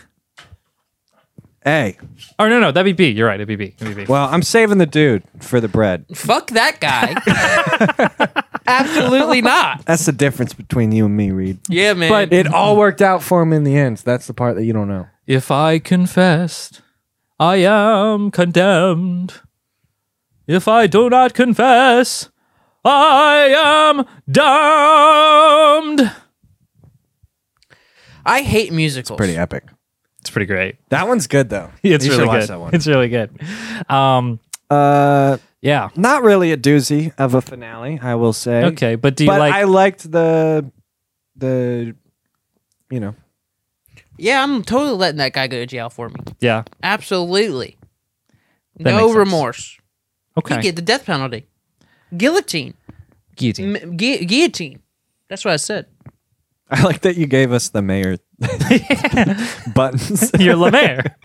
A.
Or no, no, that'd be B. You're right. It'd be B. It'd be B.
Well, I'm saving the dude for the bread.
Fuck that guy. Absolutely not.
That's the difference between you and me, Reed.
Yeah, man.
But-
It all worked out for him in the end. So that's the part that you don't know.
If I confessed, I am condemned. If I do not confess, I am damned.
I hate musicals.
Pretty epic.
It's pretty great.
That one's good though.
It's
You should
really
watch
good.
that one.
It's really good. Um,
Uh,
yeah.
Not really a doozy of a finale, I will say.
Okay, but do you like-
I liked the the you know
Yeah, I'm totally letting that guy go to jail for me.
yeah.
Absolutely.
That makes
no
sense.
remorse.
Okay.
He get the death penalty. Guillotine.
Guillotine.
M- gui- guillotine. That's what I said.
I like that you gave us the mayor buttons.
You're Lemaire.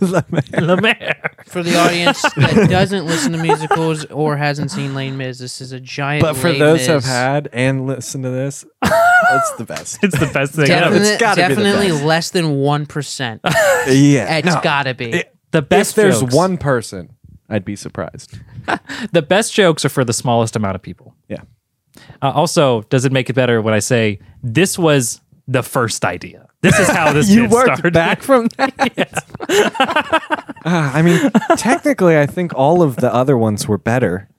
Lemaire.
Lemaire.
For the audience that doesn't listen to musicals or hasn't seen Lane Miz, this is a giant.
But for
Les
those who've
Mis.
had and listened to this, it's the best.
It's the best thing
Definite-
ever.
It's gotta be the
definitely
best.
less than one percent.
Yeah,
It's
no.
gotta be.
It-
The best
If there's
jokes.
one person, I'd be surprised.
The best jokes are for the smallest amount of people.
Yeah.
Uh, also, does it make it better when I say this was the first idea? This is how this
you
bit
worked
started.
back from that. Ah, I mean, technically, I think all of the other ones were better.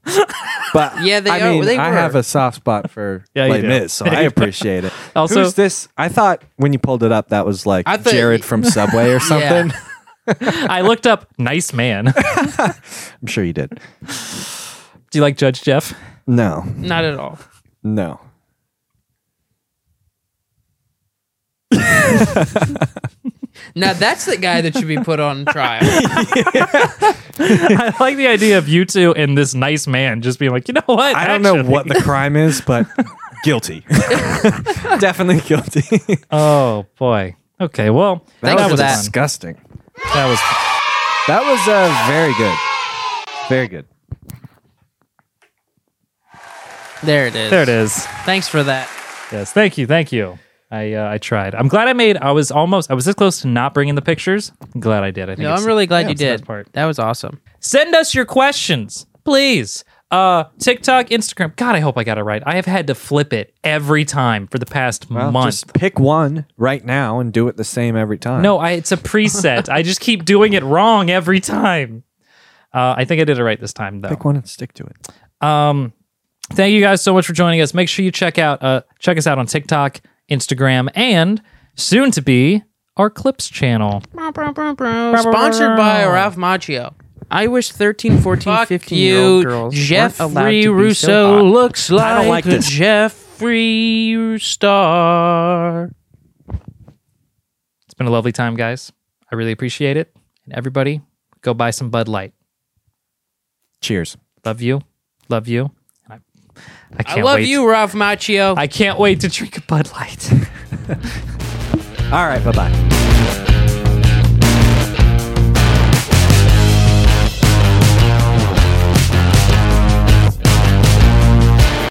But
Yeah, they
I
are-
mean,
they
I
were.
have a soft spot for
Yeah, you
Les
do.
Mis, so
You
I
do.
appreciate it.
Also-
Who's this? I thought when you pulled it up, that was like
I thought-
Jared from Subway or something.
I looked up nice man. Do
I'm sure you did.
you like Judge Jeff?
No,
Not at all.
no.
Now that's the guy that should be put on trial.
I like the idea of you two and this nice man just being like, you know what?
I don't know
Actually."
what the crime is, but guilty. Definitely guilty.
Oh boy. Okay. Well,
that
Thanks for
was
that.
disgusting.
fun. That was.
That was uh, very good. Very good.
There it is.
There it is.
Thanks for that.
Yes. Thank you. Thank you. I uh, I tried. I'm glad I made. I was almost. I was this close to not bringing the pictures. I'm glad I did. I think
No,
it's-
I'm really glad
yeah,
you
it's the best
did.
Part.
That was awesome.
Send us your questions, please. Uh, TikTok, Instagram. God, I hope I got it right. I have had to flip it every time for the past
Well,
month.
Just pick one right now and do it the same every time.
No, I, it's a preset. I just keep doing it wrong every time. Uh, I think I did it right this time, though.
pick one and stick to it.
Um, thank you guys so much for joining us. Make sure you check out uh, check us out on TikTok, Instagram, and soon to be our Clips channel.
Sponsored by Ralph Macchio. I wish 13, 14, 15 year old girls Jeffrey Russo looks like,
don't like
a
this.
Jeffrey Star.
It's been a lovely time, guys. I really appreciate it. And everybody, go buy some Bud Light.
Cheers.
Love you, love you. And I, I
I
can't
love
wait.
you, Ralph Macchio.
I can't wait to drink a Bud Light.
All right. Bye bye.